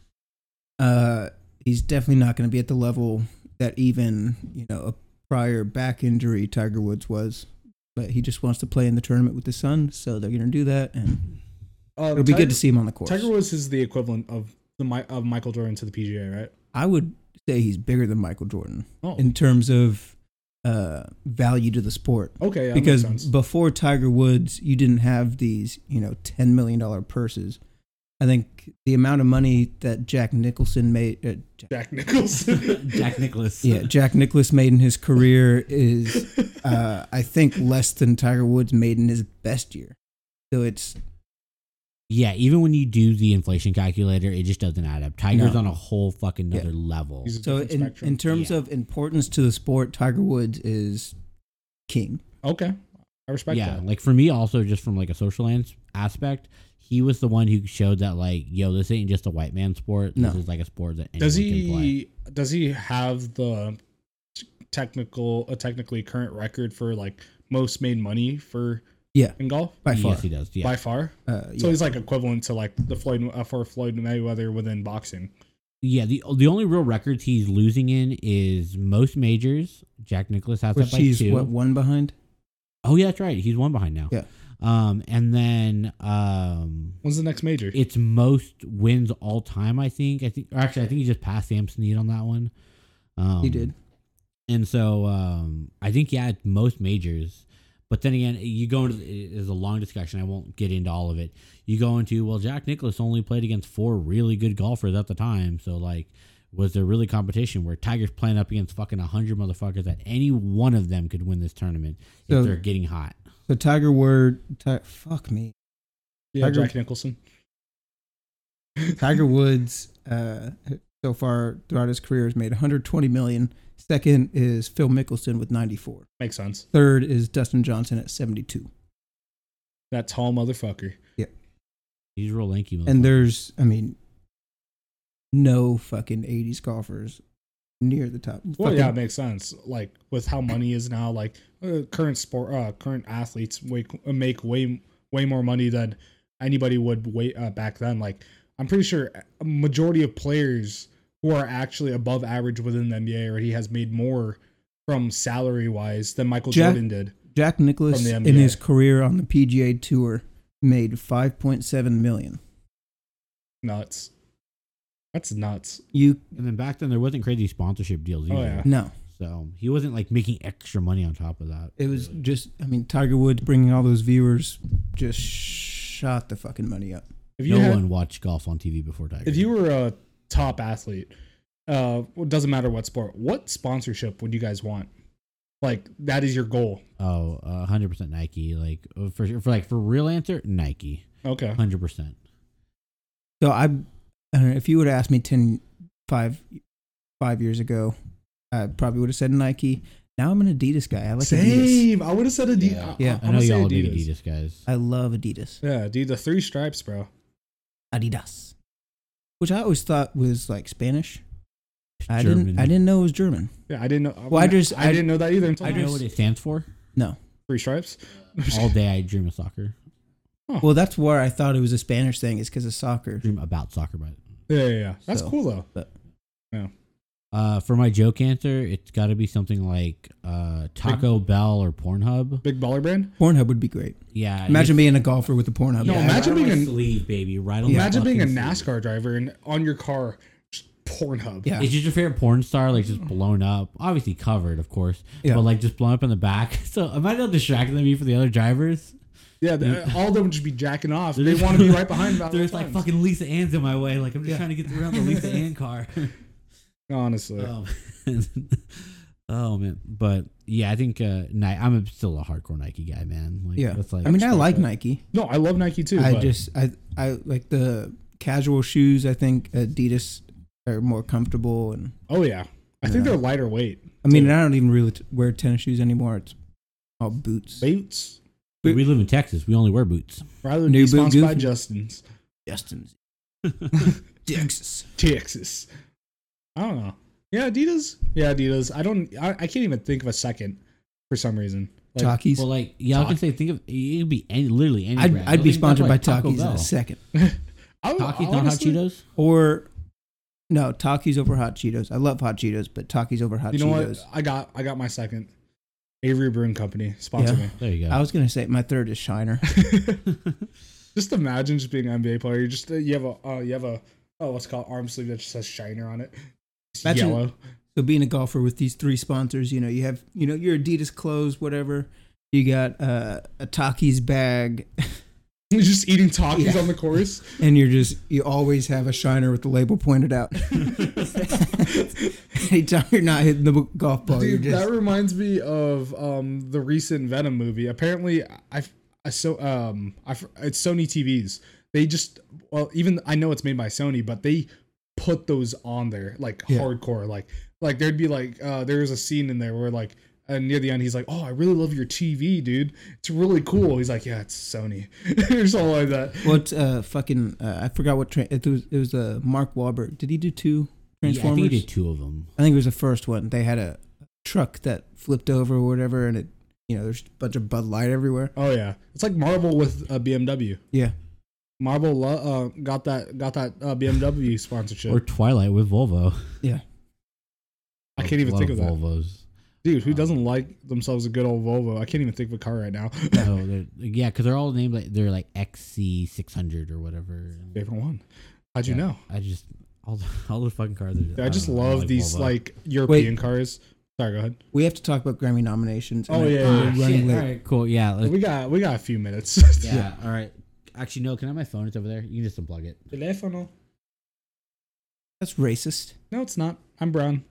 A: Uh, he's definitely not gonna be at the level that even you know a prior back injury Tiger Woods was. But he just wants to play in the tournament with his son, so they're gonna do that, and
C: Um,
A: it'll be
C: Tiger-
A: good to see him on the course.
C: Tiger Woods is the equivalent of the Mi- of Michael Jordan to the PGA, right?
A: I would say he's bigger than Michael Jordan
C: Oh,
A: in terms of uh, value to the sport.
C: okay. Yeah,
A: because
C: that makes sense.
A: before Tiger Woods, you didn't have these, you know, ten million dollar purses. I think the amount of money that Jack Nicholson made, uh, Jack,
C: Jack Nicholson.
B: Jack Nicholas.
A: yeah, Jack Nicholas made in his career is, uh, I think, less than Tiger Woods made in his best year. So it's
B: Yeah, even when you do the inflation calculator, it just doesn't add up. Tiger's
A: No.
B: on a whole fucking
A: Yeah.
B: other level.
C: He's a
A: so
C: different
A: in,
C: spectrum.
A: in terms
B: Yeah.
A: of importance to the sport, Tiger Woods is king.
C: okay, I respect
B: yeah,
C: that.
B: like for me also just from like a social ans- aspect, he was the one who showed that like, yo, this ain't just a white man sport. This
A: No.
B: is like a sport that anyone
C: Does
B: can play.
C: he does he have the technical a technically current record for like most made money for
A: Yeah,
C: in golf
A: by
B: yes,
A: far.
B: he does. Yeah.
C: by far?
A: Uh, yeah.
C: So he's like equivalent to like the Floyd uh, for Floyd Mayweather within boxing.
B: yeah, the the only real records he's losing in is most majors. Jack Nicholas has
A: which
B: that by
A: he's
B: two.
A: what one behind?
B: Oh yeah, that's right. He's one behind now.
A: Yeah.
B: Um, and then um,
C: When's the next major?
B: it's most wins all time. I think. I think. Or actually, I think he just passed Sam Snead on that one. Um,
A: He did.
B: And so um, I think yeah, it's most majors. But then again, you go into it is a long discussion. I won't get into all of it. You go into well, Jack Nicklaus only played against four really good golfers at the time, so like. Was there really competition where Tiger's playing up against fucking 100 motherfuckers that any one of them could win this tournament if
A: So-
B: they're getting hot?
A: So Tiger Word, ti- fuck me.
C: yeah,
A: Tiger-
C: Jack Nicholson.
A: Tiger Woods, uh, so far throughout his career, has made 120 million. Second is Phil Mickelson with 94.
C: Makes sense.
A: Third is Dustin Johnson at 72.
C: That tall motherfucker.
B: He's real lanky.
A: And
C: Uh-huh.
B: motherfucker.
A: there's, I mean, no fucking 80s golfers near the top.
C: Well,
A: Fucking-
C: yeah, it makes sense. Like with how money is now, like uh, current sport, uh, current athletes make make way way more money than anybody would wait uh, back then. Like I'm pretty sure a majority of players who are actually above average within the NBA already has made more from salary wise than Michael
A: Jack-
C: Jordan did.
A: Jack Nicklaus
C: From the
A: in
C: NBA.
A: his career on the PGA Tour made 5.7 million.
C: Nuts. That's nuts.
A: You
B: And then back then there wasn't crazy sponsorship deals either.
C: Oh, yeah.
A: no.
B: So he wasn't like making extra money on top of that.
A: It was
B: really.
A: just I mean Tiger Woods bringing all those viewers just shot the fucking money up.
C: If you
B: no
C: had,
B: one watched golf on TV before Tiger.
C: if you were a top athlete, uh, it doesn't matter what sport, what sponsorship would you guys want? Like that is your goal.
B: oh, uh, 100% Nike. Like uh, for for like for real answer, Nike.
C: Okay.
B: 100%.
A: So I, I don't know, if you would have asked me 10, 5, five years ago, I probably would have said Nike. Now I'm an Adidas guy. I like Adidas.
C: Same. I would have said Adidas.
B: Yeah.
C: I-
A: Yeah.
B: I
C: I'ma
B: know
C: say
B: y'all are big Adidas guys.
A: I love Adidas.
C: Yeah, dude, the three stripes, bro.
A: Adidas, which I always thought was like Spanish. I didn't. I didn't know it was German.
C: Yeah, I didn't know.
A: Well, I just-
C: I,
A: I-
C: didn't know that either until
B: I know
C: now.
B: what it stands for.
A: No.
C: three stripes.
B: All day I dream of soccer.
A: Well, that's where I thought it was a Spanish thing. Is because of soccer.
B: Dream about soccer, but
C: Yeah, yeah, yeah. That's
A: So-
C: cool though.
B: uh, for my joke answer, it's got to be something like uh, Taco Bell or Pornhub.
C: Big baller brand.
A: Pornhub would be great.
B: Yeah,
A: Imagine being a golfer with a Pornhub.
C: No,
A: app.
C: imagine
B: right on
C: being
B: my
C: a-
B: sleeve, baby. Right on. my
C: Imagine being a
B: fucking
C: NASCAR
B: sleeve.
C: driver and on your car, just Pornhub.
A: Yeah.
B: It's just your favorite porn star, like just blown up, obviously covered, of course,
A: Yeah.
B: but like just blown up in the back. So am I not distracting them for the other drivers?
C: Yeah, the, all of them would just be jacking off. They want to be right behind. About
B: There's like fucking Lisa Ann's in my way. Like I'm just trying to get around the Lisa Ann car.
C: Honestly,
A: Oh,
B: Um, oh man, but yeah, I think uh, Nike. I'm still a hardcore Nike guy, man. Like,
A: Yeah.
B: that's like
A: I mean, I like
B: Nike.
A: Nike.
C: no, I love Nike too.
A: I
C: but
A: just I I like the casual shoes. I think Adidas are more comfortable and
C: oh yeah, I think
A: Yeah.
C: they're lighter weight
A: I mean,
C: Dude.
A: and I don't even really t- wear tennis shoes anymore. It's all boots.
C: boots.
B: We live in Texas. We only wear boots.
C: Rather than
A: New
C: be
A: boot
C: sponsored by
A: goofy.
C: Justin's
A: Justin's. Texas.
C: Texas. I don't know. Yeah, Adidas. Yeah, Adidas. I don't. I, I can't even think of a second for some reason. Like,
A: Takis.
B: Well, like yeah, I was gonna say, think of it'd be any, literally any.
A: I'd,
B: brand.
A: I'd
B: I
A: be
B: think that's
A: sponsored by
B: like Taco
A: Takis in
B: Bell.
A: a second.
C: I, would-
B: Takis,
C: I
B: not hot
C: honestly-
B: Cheetos.
A: Or, no, Takis over Hot Cheetos. I love Hot Cheetos, but Takis over Hot
C: You know
A: Cheetos.
C: what? I got. I got my second. Avery Brewing Company sponsor
A: Yeah.
C: me.
B: There you go.
A: I was going to say my third is Shiner.
C: Just imagine just being an NBA player. You're just you have a uh, you have a oh what's it called arm sleeve that just says Shiner on it. It's
A: Imagine-
C: yellow.
A: so being a golfer with these three sponsors, you know, you have, you know, your Adidas clothes, whatever. You got uh, a Takis bag,
C: You're just eating Takis
A: Yeah.
C: on the course.
A: and you're just, you always have a Shiner with the label pointed out. Anytime you're not hitting the golf ball,
C: Dude,
A: Oh, you're just.
C: that reminds me of um the recent Venom movie. Apparently, I, I so um I it's Sony TVs. They just well even I know it's made by Sony, but they put those on there like
A: Yeah.
C: hardcore. Like like there'd be like uh there was a scene in there where like uh, near the end he's like, oh I really love your TV, dude. It's really cool. He's like, yeah, it's Sony. There's all like that.
A: Well, it's uh, fucking. Uh, I forgot what. Tra- it was. It was uh, Mark Wahlberg. Did he do two
B: yeah, I
A: Transformers?
B: think you did two of them.
A: I think it was the first one. They had a truck that flipped over or whatever, and it. You know, there's a bunch of Bud Light everywhere.
C: Oh yeah, it's like Marvel with a BMW.
A: Yeah.
C: Marvel lo- uh, got that got that uh, BMW sponsorship.
B: Or Twilight with Volvo.
C: I can't even
B: A lot
C: think
B: of
C: of that.
B: Volvos.
C: Dude, who
B: Um,
C: doesn't like themselves a good old Volvo? I can't even think of a car right now.
B: No, they're, yeah, because they're all named like they're like XC six hundred or whatever.
C: Favorite one. How'd you
B: Yeah.
C: know?
B: I just all the, all the fucking cars. Are,
C: I just
B: don't know, I
C: love these
B: Volvo.
C: like European cars. Sorry, go ahead.
A: We have to talk about Grammy nominations. and
C: Oh,
A: I-
C: yeah,
A: we're
B: Ah,
A: running
B: shit,
A: late.
B: all right, cool. Yeah, let's-
C: We got we got a few minutes.
B: yeah, All right. Actually, no. Can I have my phone? It's over there. You can just unplug it.
C: Telefono.
A: That's racist.
C: No, it's not. I'm brown.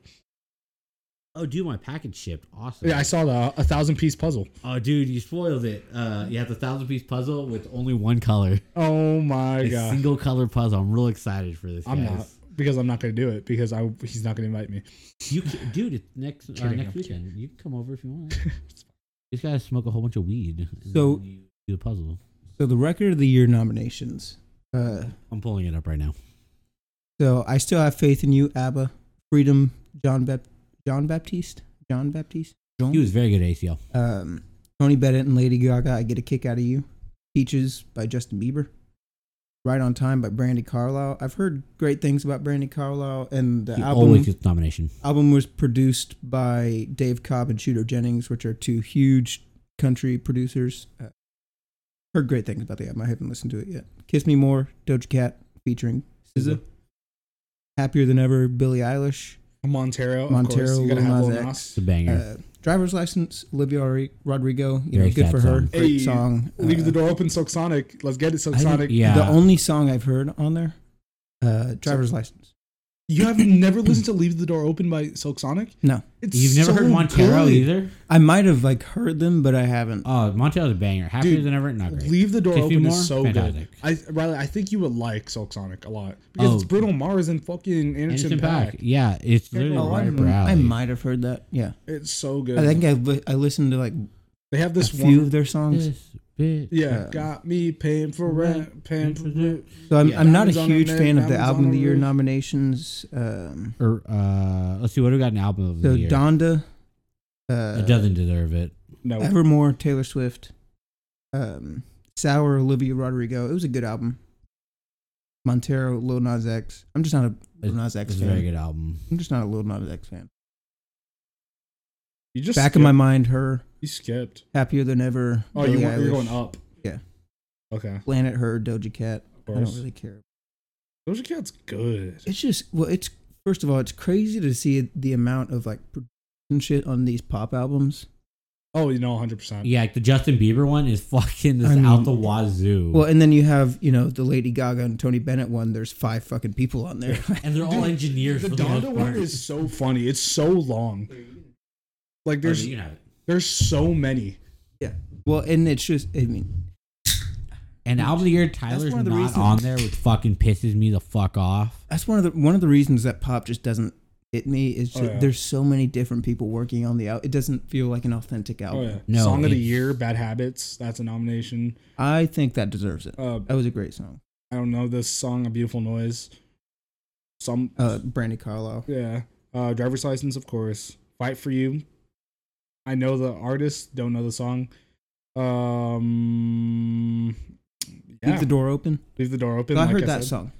B: Oh, dude, my package shipped. Awesome.
C: Yeah, I saw the a thousand piece puzzle.
B: Oh, dude, you spoiled it. Uh, you have the thousand piece puzzle with only one color.
C: Oh my
B: A
C: god.
B: single color puzzle. I'm real excited for this.
C: I'm
B: guys.
C: not because I'm not gonna do it because I he's not gonna invite me.
B: You, can, dude, it's next uh,
C: Kidding,
B: next
C: I'm kidding.
B: weekend. You can come over if you want. you just gotta smoke a whole bunch of weed. and
A: So-
B: then you do the puzzle.
A: So the record of the year nominations. Uh,
B: I'm pulling it up right now.
A: so I still have faith in you, ABBA, Freedom, John Bap- John Baptiste, John Baptiste, John.
B: He was very good at ACL.
A: um, Tony Bennett and Lady Gaga, I Get a Kick Out of You. Peaches by Justin Bieber. Right on Time by Brandy Carlisle. I've heard great things about Brandy Carlisle, and the
B: He
A: album
B: always gets nomination.
A: album was produced by Dave Cobb and Shooter Jennings, which are two huge country producers. Uh, heard great things about the album. I haven't listened to it yet. Kiss Me More, Doja Cat featuring SZA. Happier Than Ever, Billie Eilish,
C: Montero, of
A: Montero,
C: course. You gotta
A: Lil
C: have Lil
A: Nas
B: It's
C: Nas.
B: a banger.
A: uh, Driver's License, Olivia Ro- Rodrigo. You know,
B: Very
A: good
B: sad
A: for her.
B: song.
A: Great
C: Hey,
A: song.
C: Leave the
A: Uh,
C: door open, Silk Sonic. Let's get it, Silk
B: I think-
C: Sonic.
B: yeah.
A: The only song I've heard on there, uh, Driver's License.
C: You have never listened to Leave the Door Open by Silk Sonic?
A: No,
C: It's
B: You've never
C: so
B: heard Montero
C: good.
B: either?
A: I might have like heard them, but I haven't.
B: Oh, Montero's a banger. Happier
C: Dude,
B: than ever, not great.
C: Leave the Door
B: Kiss Me
C: Open
B: More?
C: is so
B: Fantastic.
C: good. I Riley, I think you would like Silk Sonic a lot. Because
B: Oh.
C: it's Bruno Mars and fucking Anderson
B: Anderson Paak.
C: Pack.
B: Yeah, it's
C: Yeah,
B: literally
C: no,
B: right
A: I,
C: Oh, I'm-
B: up our
A: I
B: alley.
A: might have heard that. Yeah,
C: It's so good.
A: I think I li- I listened to like
C: they have
A: a
C: this
A: few
C: one
A: of their songs.
B: This bit-
C: Yeah,
A: Um,
C: got me paying for rent, paying for rent.
A: So I'm,
B: Yeah.
A: I'm not a
C: Diamonds on a
A: huge
C: Man,
A: fan of the
C: Diamonds
A: album
C: on
A: of the
C: a
A: year
C: Roof.
A: nominations. Um,
B: Or uh, let's see, what do we got in album of the
A: so
B: year?
A: Donda,
B: it
A: uh,
B: doesn't deserve it.
C: No,
A: Evermore, Taylor Swift, um, Sour, Olivia Rodrigo. It was a good album. Montero, Lil Nas X. I'm just not a Lil Nas X
B: It's a
A: fan.
B: very good album.
A: I'm just not a Lil Nas X fan.
C: you just
A: Back
C: skipped.
A: in my mind, her
C: You skipped.
A: happier than ever.
C: Oh,
A: Billie
C: you went, you're
A: Eilish,
C: going up.
A: Yeah.
C: Okay.
A: Planet her, Doja Cat.
C: Of
A: I don't
C: course.
A: really care.
C: Doja Cat's good.
A: It's just well, it's first of all, it's crazy to see the amount of like production shit on these pop albums.
C: Oh, you know, 100. percent
B: Yeah, like the Justin Bieber one is fucking this
A: I mean-
B: out the wazoo.
A: Well, and then you have you know the Lady Gaga and Tony Bennett one. There's five fucking people on there.
B: and they're all
C: Dude,
B: engineers.
C: The
B: for the
C: Donda
B: most
C: one
B: part.
C: is so funny. It's so long. Like there's
B: you know,
C: there's so many.
A: well, and it's just I mean,
B: and album of the year Tyler's
A: one of
B: not
A: the reasons-
B: on there, which fucking pisses me the fuck off.
A: that's one of the one of the reasons that pop just doesn't hit me is
C: Oh,
A: just,
C: yeah.
A: there's so many different people working on the album. It doesn't feel like an authentic
C: Oh
A: album.
C: yeah.
B: No,
C: Song of the
B: it's-
C: year, Bad Habits. That's a nomination.
A: I think that deserves it.
C: Uh,
A: That was a great song.
C: I don't know this song, A Beautiful Noise. Some
A: Uh, Brandy Carlisle.
C: Yeah. Uh, driver's license, of course. Fight for you. I know the artist, don't know the song. Um, yeah.
A: Leave the door open.
C: Leave the door open.
A: I
C: like
A: heard that
C: said.
A: song.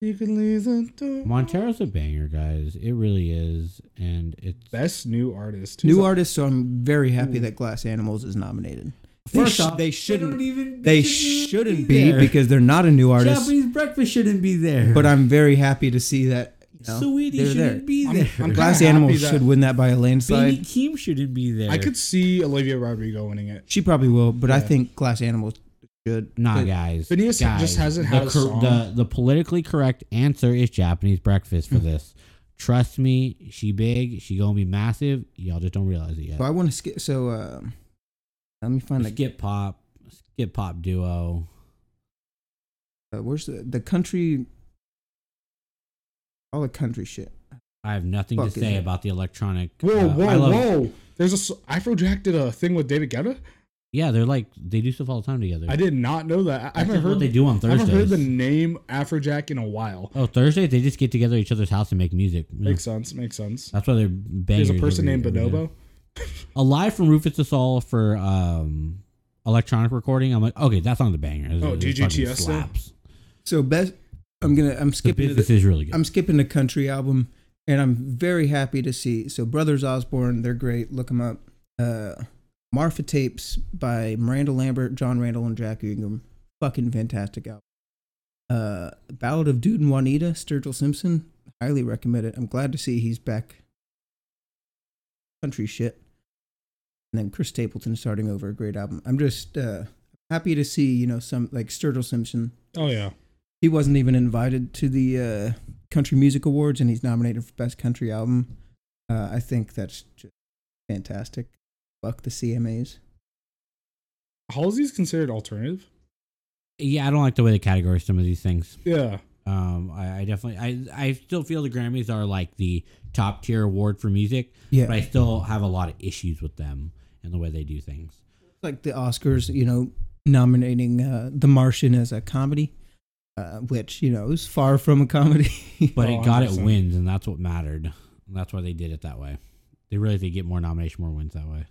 C: You can leave the door.
B: Montero's a banger, guys. It really is, and it's
C: Best new artist.
A: New
C: Who's
A: artist, so I'm very happy
C: Ooh.
A: that Glass Animals is nominated.
B: First
A: they, sh-
B: off,
A: they shouldn't. They,
B: even.
A: shouldn't be because they're not a new artist.
B: Japanese breakfast shouldn't be there.
A: But I'm very happy to see that. You know,
B: Sweetie
A: they're
B: shouldn't
A: there.
B: be
C: I'm-
B: there.
C: I'm
A: Glass
C: kinda happy
A: Animals
C: that-
A: should win that by a
B: Baby
A: landslide.
B: Keem shouldn't be there.
C: that? I could see Olivia Rodrigo winning it.
A: She probably will, but I
C: Yeah.
A: think Glass Animals should.
B: Nah,
A: But
B: guys.
C: Phineas just
B: guys,
C: hasn't
B: the
C: had a song.
B: The, the politically correct answer is Japanese breakfast for this. Trust me, she big. She gonna be massive. Y'all just don't realize it yet.
A: So I want to skip. So um, let me find the.
B: skip pop, skip pop duo.
A: Uh, where's the the country? All the country shit.
B: I have nothing
A: Fuck
B: to
A: is
B: say
A: it?
B: about the electronic.
C: Whoa,
B: uh, I
C: whoa,
B: love-
C: whoa. There's a. s- Afrojack did a thing with David Guetta.
B: Yeah, they're like they do stuff all the time together.
C: I did not know that. I, I
B: That's
C: haven't
B: just what
C: heard.
B: they do on
C: I haven't heard
B: Thursdays.
C: the name Afrojack in a while.
B: oh, Thursdays they just get together at each other's house and make music. Yeah.
C: Makes sense. Makes sense.
B: That's why they're bangers.
C: There's a person
B: every-
C: named
B: every day.
C: Bonobo.
B: Alive from Rufus to Sol for um electronic recording. I'm like, okay, that song's a banger. It-
C: Oh,
B: it
C: DG
B: fucking
C: Tiesto?
B: slaps.
A: So best. I'm gonna. I'm
B: The
A: skipping. To the,
B: business is really good.
A: I'm skipping the country album, and I'm very happy to see. So Brothers Osborne, they're great. Look them up. Uh, Marfa Tapes by Miranda Lambert, John Randall, and Jack Ingram. Fucking fantastic album. Uh, Ballad of Dude and Juanita, Sturgill Simpson. Highly recommend it. I'm glad to see he's back. Country shit. And then Chris Stapleton starting over, a great album. I'm just uh, happy to see you know some like Sturgill Simpson
C: Oh yeah.
A: he wasn't even invited to the uh, country music awards and he's nominated for best country album uh, i think that's just fantastic fuck the cmas
C: Halsey's considered alternative.
B: yeah, I don't like the way they categorize some of these things.
C: Yeah.
B: Um, I, I definitely, I, I still feel the Grammys are like the top tier award for music,
A: yeah
B: but I still have a lot of issues with them and the way they do things.
A: like the oscars you know nominating uh, the martian as a comedy uh, which you know is far from a comedy
B: But
C: Oh,
B: it got it
C: 100%.
B: wins, and that's what mattered. And that's why they did it that way. They really did get more nomination, more wins that way.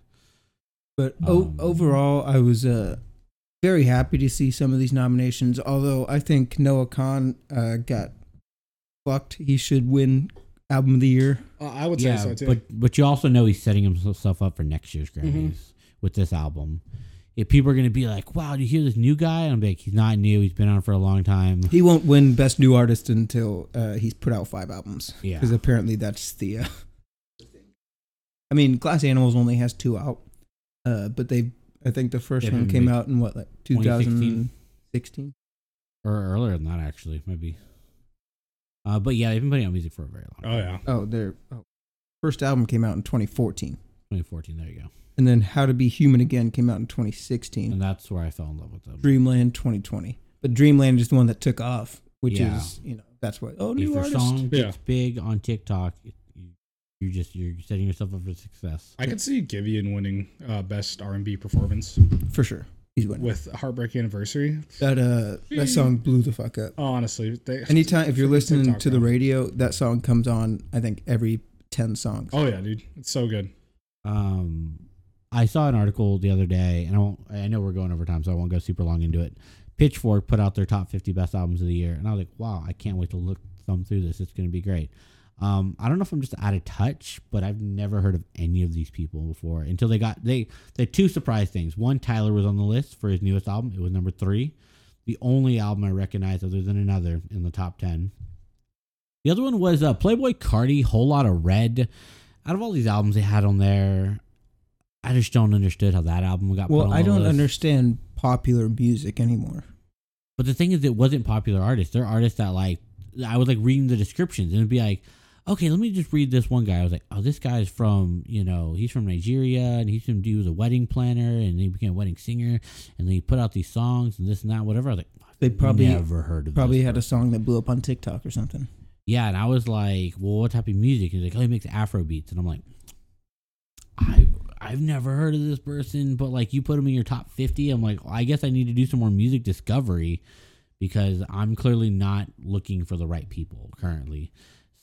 A: but o-
B: Um,
A: overall i was uh, very happy to see some of these nominations although i think noah kahn uh, got fucked he should win album of the year
C: Uh, I would say
B: yeah,
C: so too.
B: but but you also know he's setting himself up for next year's Grammys
C: Mhm.
B: with this album. if people are gonna be like, "Wow, do you hear this new guy?" I'm like, "He's not new. He's been on for a long time."
A: He won't win Best New Artist until uh, he's put out five albums.
B: Yeah.
A: Because apparently that's the. Uh, I mean, Glass Animals only has two out, uh, but they. I think the 1st
B: They've
A: one
B: been
A: came
B: big-
A: out in what, like
B: 2016?
A: 2016?
B: or earlier than that actually, maybe. Uh, but yeah, they've been putting out music for a very long.
C: Oh yeah.
A: Oh, their oh. first album came out in 2014.
B: 2014. There you go.
A: And then How to Be Human Again came out in 2016.
B: And that's where I fell in love with them.
A: Dreamland 2020. But Dreamland is the one that took off, which
B: Yeah.
A: is, you know, that's what. Oh,
B: if
A: new
B: your
A: artist.
B: song
C: Yeah.
B: gets big on TikTok, it, you, you're just you're setting yourself up for success.
C: I could see Givian winning uh, best R and B performance
A: For sure. He's winning.
C: with Heartbreak Anniversary.
A: That, uh, that song blew the fuck up.
C: Oh, honestly, they,
A: Anytime, if you're
C: freaking
A: listening
C: TikTok,
A: to the
C: bro.
A: radio, that song comes on, I think, every 10 songs.
C: Oh yeah, dude, it's so good.
B: Um, I saw an article the other day, and I won't. I know we're going over time, so I won't go super long into it. Pitchfork put out their top 50 best albums of the year, and I was like, wow, I can't wait to look thumb through this. It's going to be great. Um, I don't know if I'm just out of touch, but I've never heard of any of these people before until they got they the two surprise things. One, Tyler was on the list for his newest album; it was number three, the only album I recognize other than another in the top ten. The other one was uh, Playboy Cardi, whole lot of red. Out of all these albums they had on there, I just don't understood how that album got. put
A: well,
B: on
A: I
B: the
A: don't
B: list.
A: understand popular music anymore.
B: But the thing is, it wasn't popular artists. They're artists that like I was like reading the descriptions and it'd be like, okay, let me just read this one guy. I was like, oh, this guy's from you know he's from Nigeria and he's from he was a wedding planner and he became a wedding singer and then he put out these songs and this and that whatever. I was like, I've
A: They probably-
B: never heard of
A: Probably
B: this
A: had a song that blew up on TikTok or something.
B: yeah, and I was like, well, what type of music? He's like, oh, he makes Afro beats, and I'm like, I I've never heard of this person, but like you put him in your top fifty, I'm like, well, I guess I need to do some more music discovery because I'm clearly not looking for the right people currently.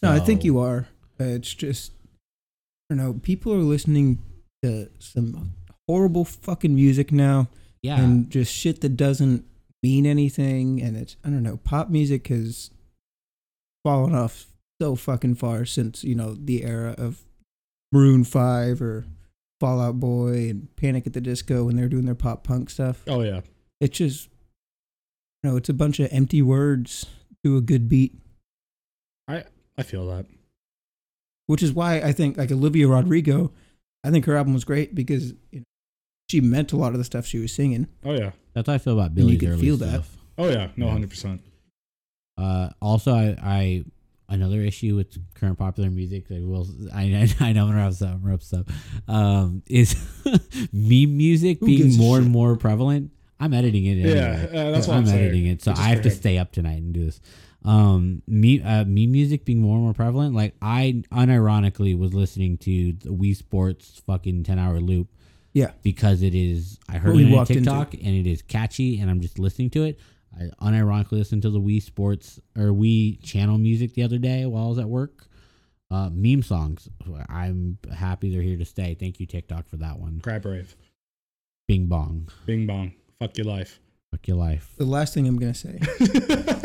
A: No, I think you are. Uh, it's just, I don't know. People are listening to some horrible fucking music now,
B: Yeah,
A: and just shit that doesn't mean anything. And it's, I don't know. Pop music has fallen off so fucking far since you know the era of Maroon Five or Fallout Boy and Panic at the Disco when they were doing their pop punk stuff.
C: Oh yeah,
A: It's just, you know, it's a bunch of empty words to a good beat.
C: I feel that.
A: which is why I think like Olivia Rodrigo, I think her album was great because you know, she meant a lot of the stuff she was singing.
C: Oh yeah,
B: that's how I feel about
A: you
B: Billy's
A: can
B: early
A: feel that.
B: stuff.
C: oh yeah, no,
B: Yeah.
C: hundred percent.
B: Uh, also, I, I another issue with current popular music that will I I know I'm gonna wrap this up, I'm gonna wrap this up um, is meme music
A: Who
B: being
A: gives a
B: more and
A: shit?
B: more prevalent. I'm editing it. Anyway.
C: Yeah, uh, that's what
B: I'm
C: I'm saying.
B: editing it, so
C: It's
B: I have to
C: great.
B: stay up tonight and do this. Um, me, uh, meme music being more and more prevalent. Like I unironically was listening to the Wii Sports fucking ten hour loop
A: Yeah,
B: because it is I heard
A: we
B: it on
A: walked into.
B: TikTok and it is catchy and I'm just listening to it. I unironically listened to the Wii Sports or Wii channel music the other day while I was at work. Uh, meme songs. I'm happy they're here to stay. Thank you TikTok for that one.
C: Crab rave,
B: Bing bong.
C: Bing Bong, fuck your life.
B: Fuck your life.
A: the last thing I'm gonna say.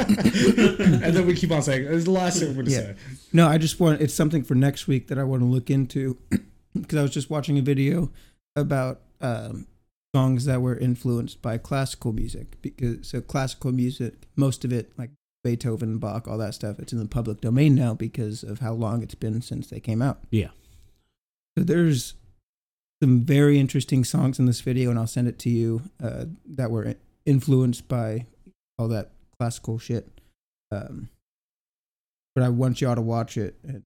C: and then we keep on saying it's the last thing we're gonna
A: Yeah.
C: say.
A: no, I just want it's something for next week that I want to look into because I was just watching a video about um, songs that were influenced by classical music because so classical music, most of it like Beethoven, Bach, all that stuff, it's in the public domain now because of how long it's been since they came out.
B: Yeah.
A: So there's some very interesting songs in this video, and I'll send it to you uh, that were influenced by all that classical shit. Um, but I want y'all to watch it and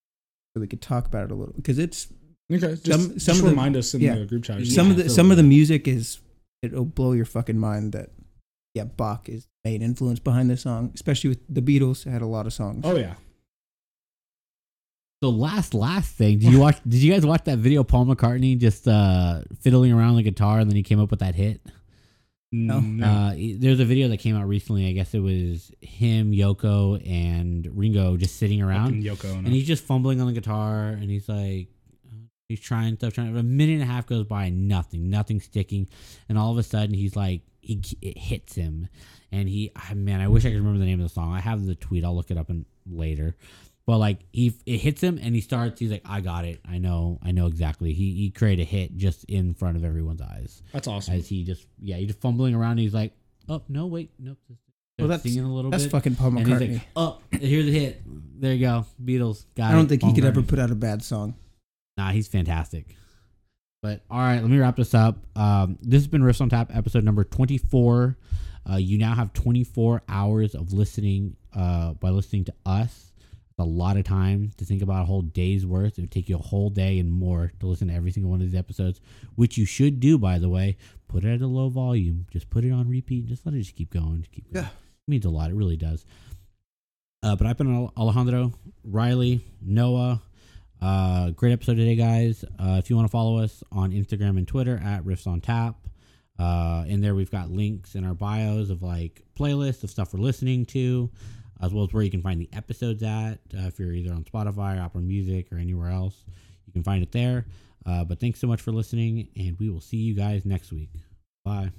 A: so we could talk about it a little because it's
C: Okay, just,
A: Some- some
C: just
A: of the-
C: remind us in
A: yeah.
C: the group chat. or
B: Oh, Yeah,
A: some of the some of
B: absolutely.
A: the music is it'll blow your fucking mind that yeah Bach is the main influence behind this song, especially with the Beatles had a lot of songs.
C: Oh yeah,
B: So last last thing, did you watch did you guys watch that video of Paul McCartney just uh fiddling around the guitar and then he came up with that hit?
A: No.
B: Uh, there's a video that came out recently. I guess it was him, Yoko, and Ringo just sitting around.
C: Fucking Yoko Ono.
B: And he's just fumbling on the guitar, and he's like, he's trying stuff, trying. A minute and a half goes by, and nothing, nothing sticking, and all of a sudden he's like, he it hits him, and he, ah, man, I wish I could remember the name of the song. I have the tweet. I'll look it up and later. But like he it hits him and he starts. He's like, I got it. I know. I know exactly. He he created a hit just in front of everyone's eyes
C: That's awesome.
B: as he just yeah he's just fumbling around. and he's like, oh no wait nope.
A: Well, that's-
B: singing a little
A: That's
B: bit.
A: fucking Paul
B: and he's
A: McCartney.
B: like, oh here's a hit. There you go. Beatles. Got
A: I don't
B: it.
A: think he
B: Paul
A: could ever
B: McCartney.
A: put out a bad song.
B: Nah, he's fantastic. But all right, let me wrap this up. Um, this has been Riffs on Tap, episode number twenty-four. Uh, you now have twenty-four hours of listening uh, by listening to us. It's a lot of time to think about a whole day's worth. It would take you a whole day and more to listen to every single one of these episodes, which you should do, by the way. Put it at a low volume. Just put it on repeat. Just let it just keep going. Just keep going.
A: Yeah.
B: It means a lot. It really does. Uh, but I've been Al- Alejandro, Riley, Noah. Uh, great episode today, guys. Uh, if you want to follow us on Instagram and Twitter at Riffs on Tap, uh, in there we've got links in our bios of like playlists of stuff we're listening to, as well as where you can find the episodes at. Uh, if you're either on Spotify or Apple Music or anywhere else, you can find it there. Uh, but thanks so much for listening, and we will see you guys next week. Bye.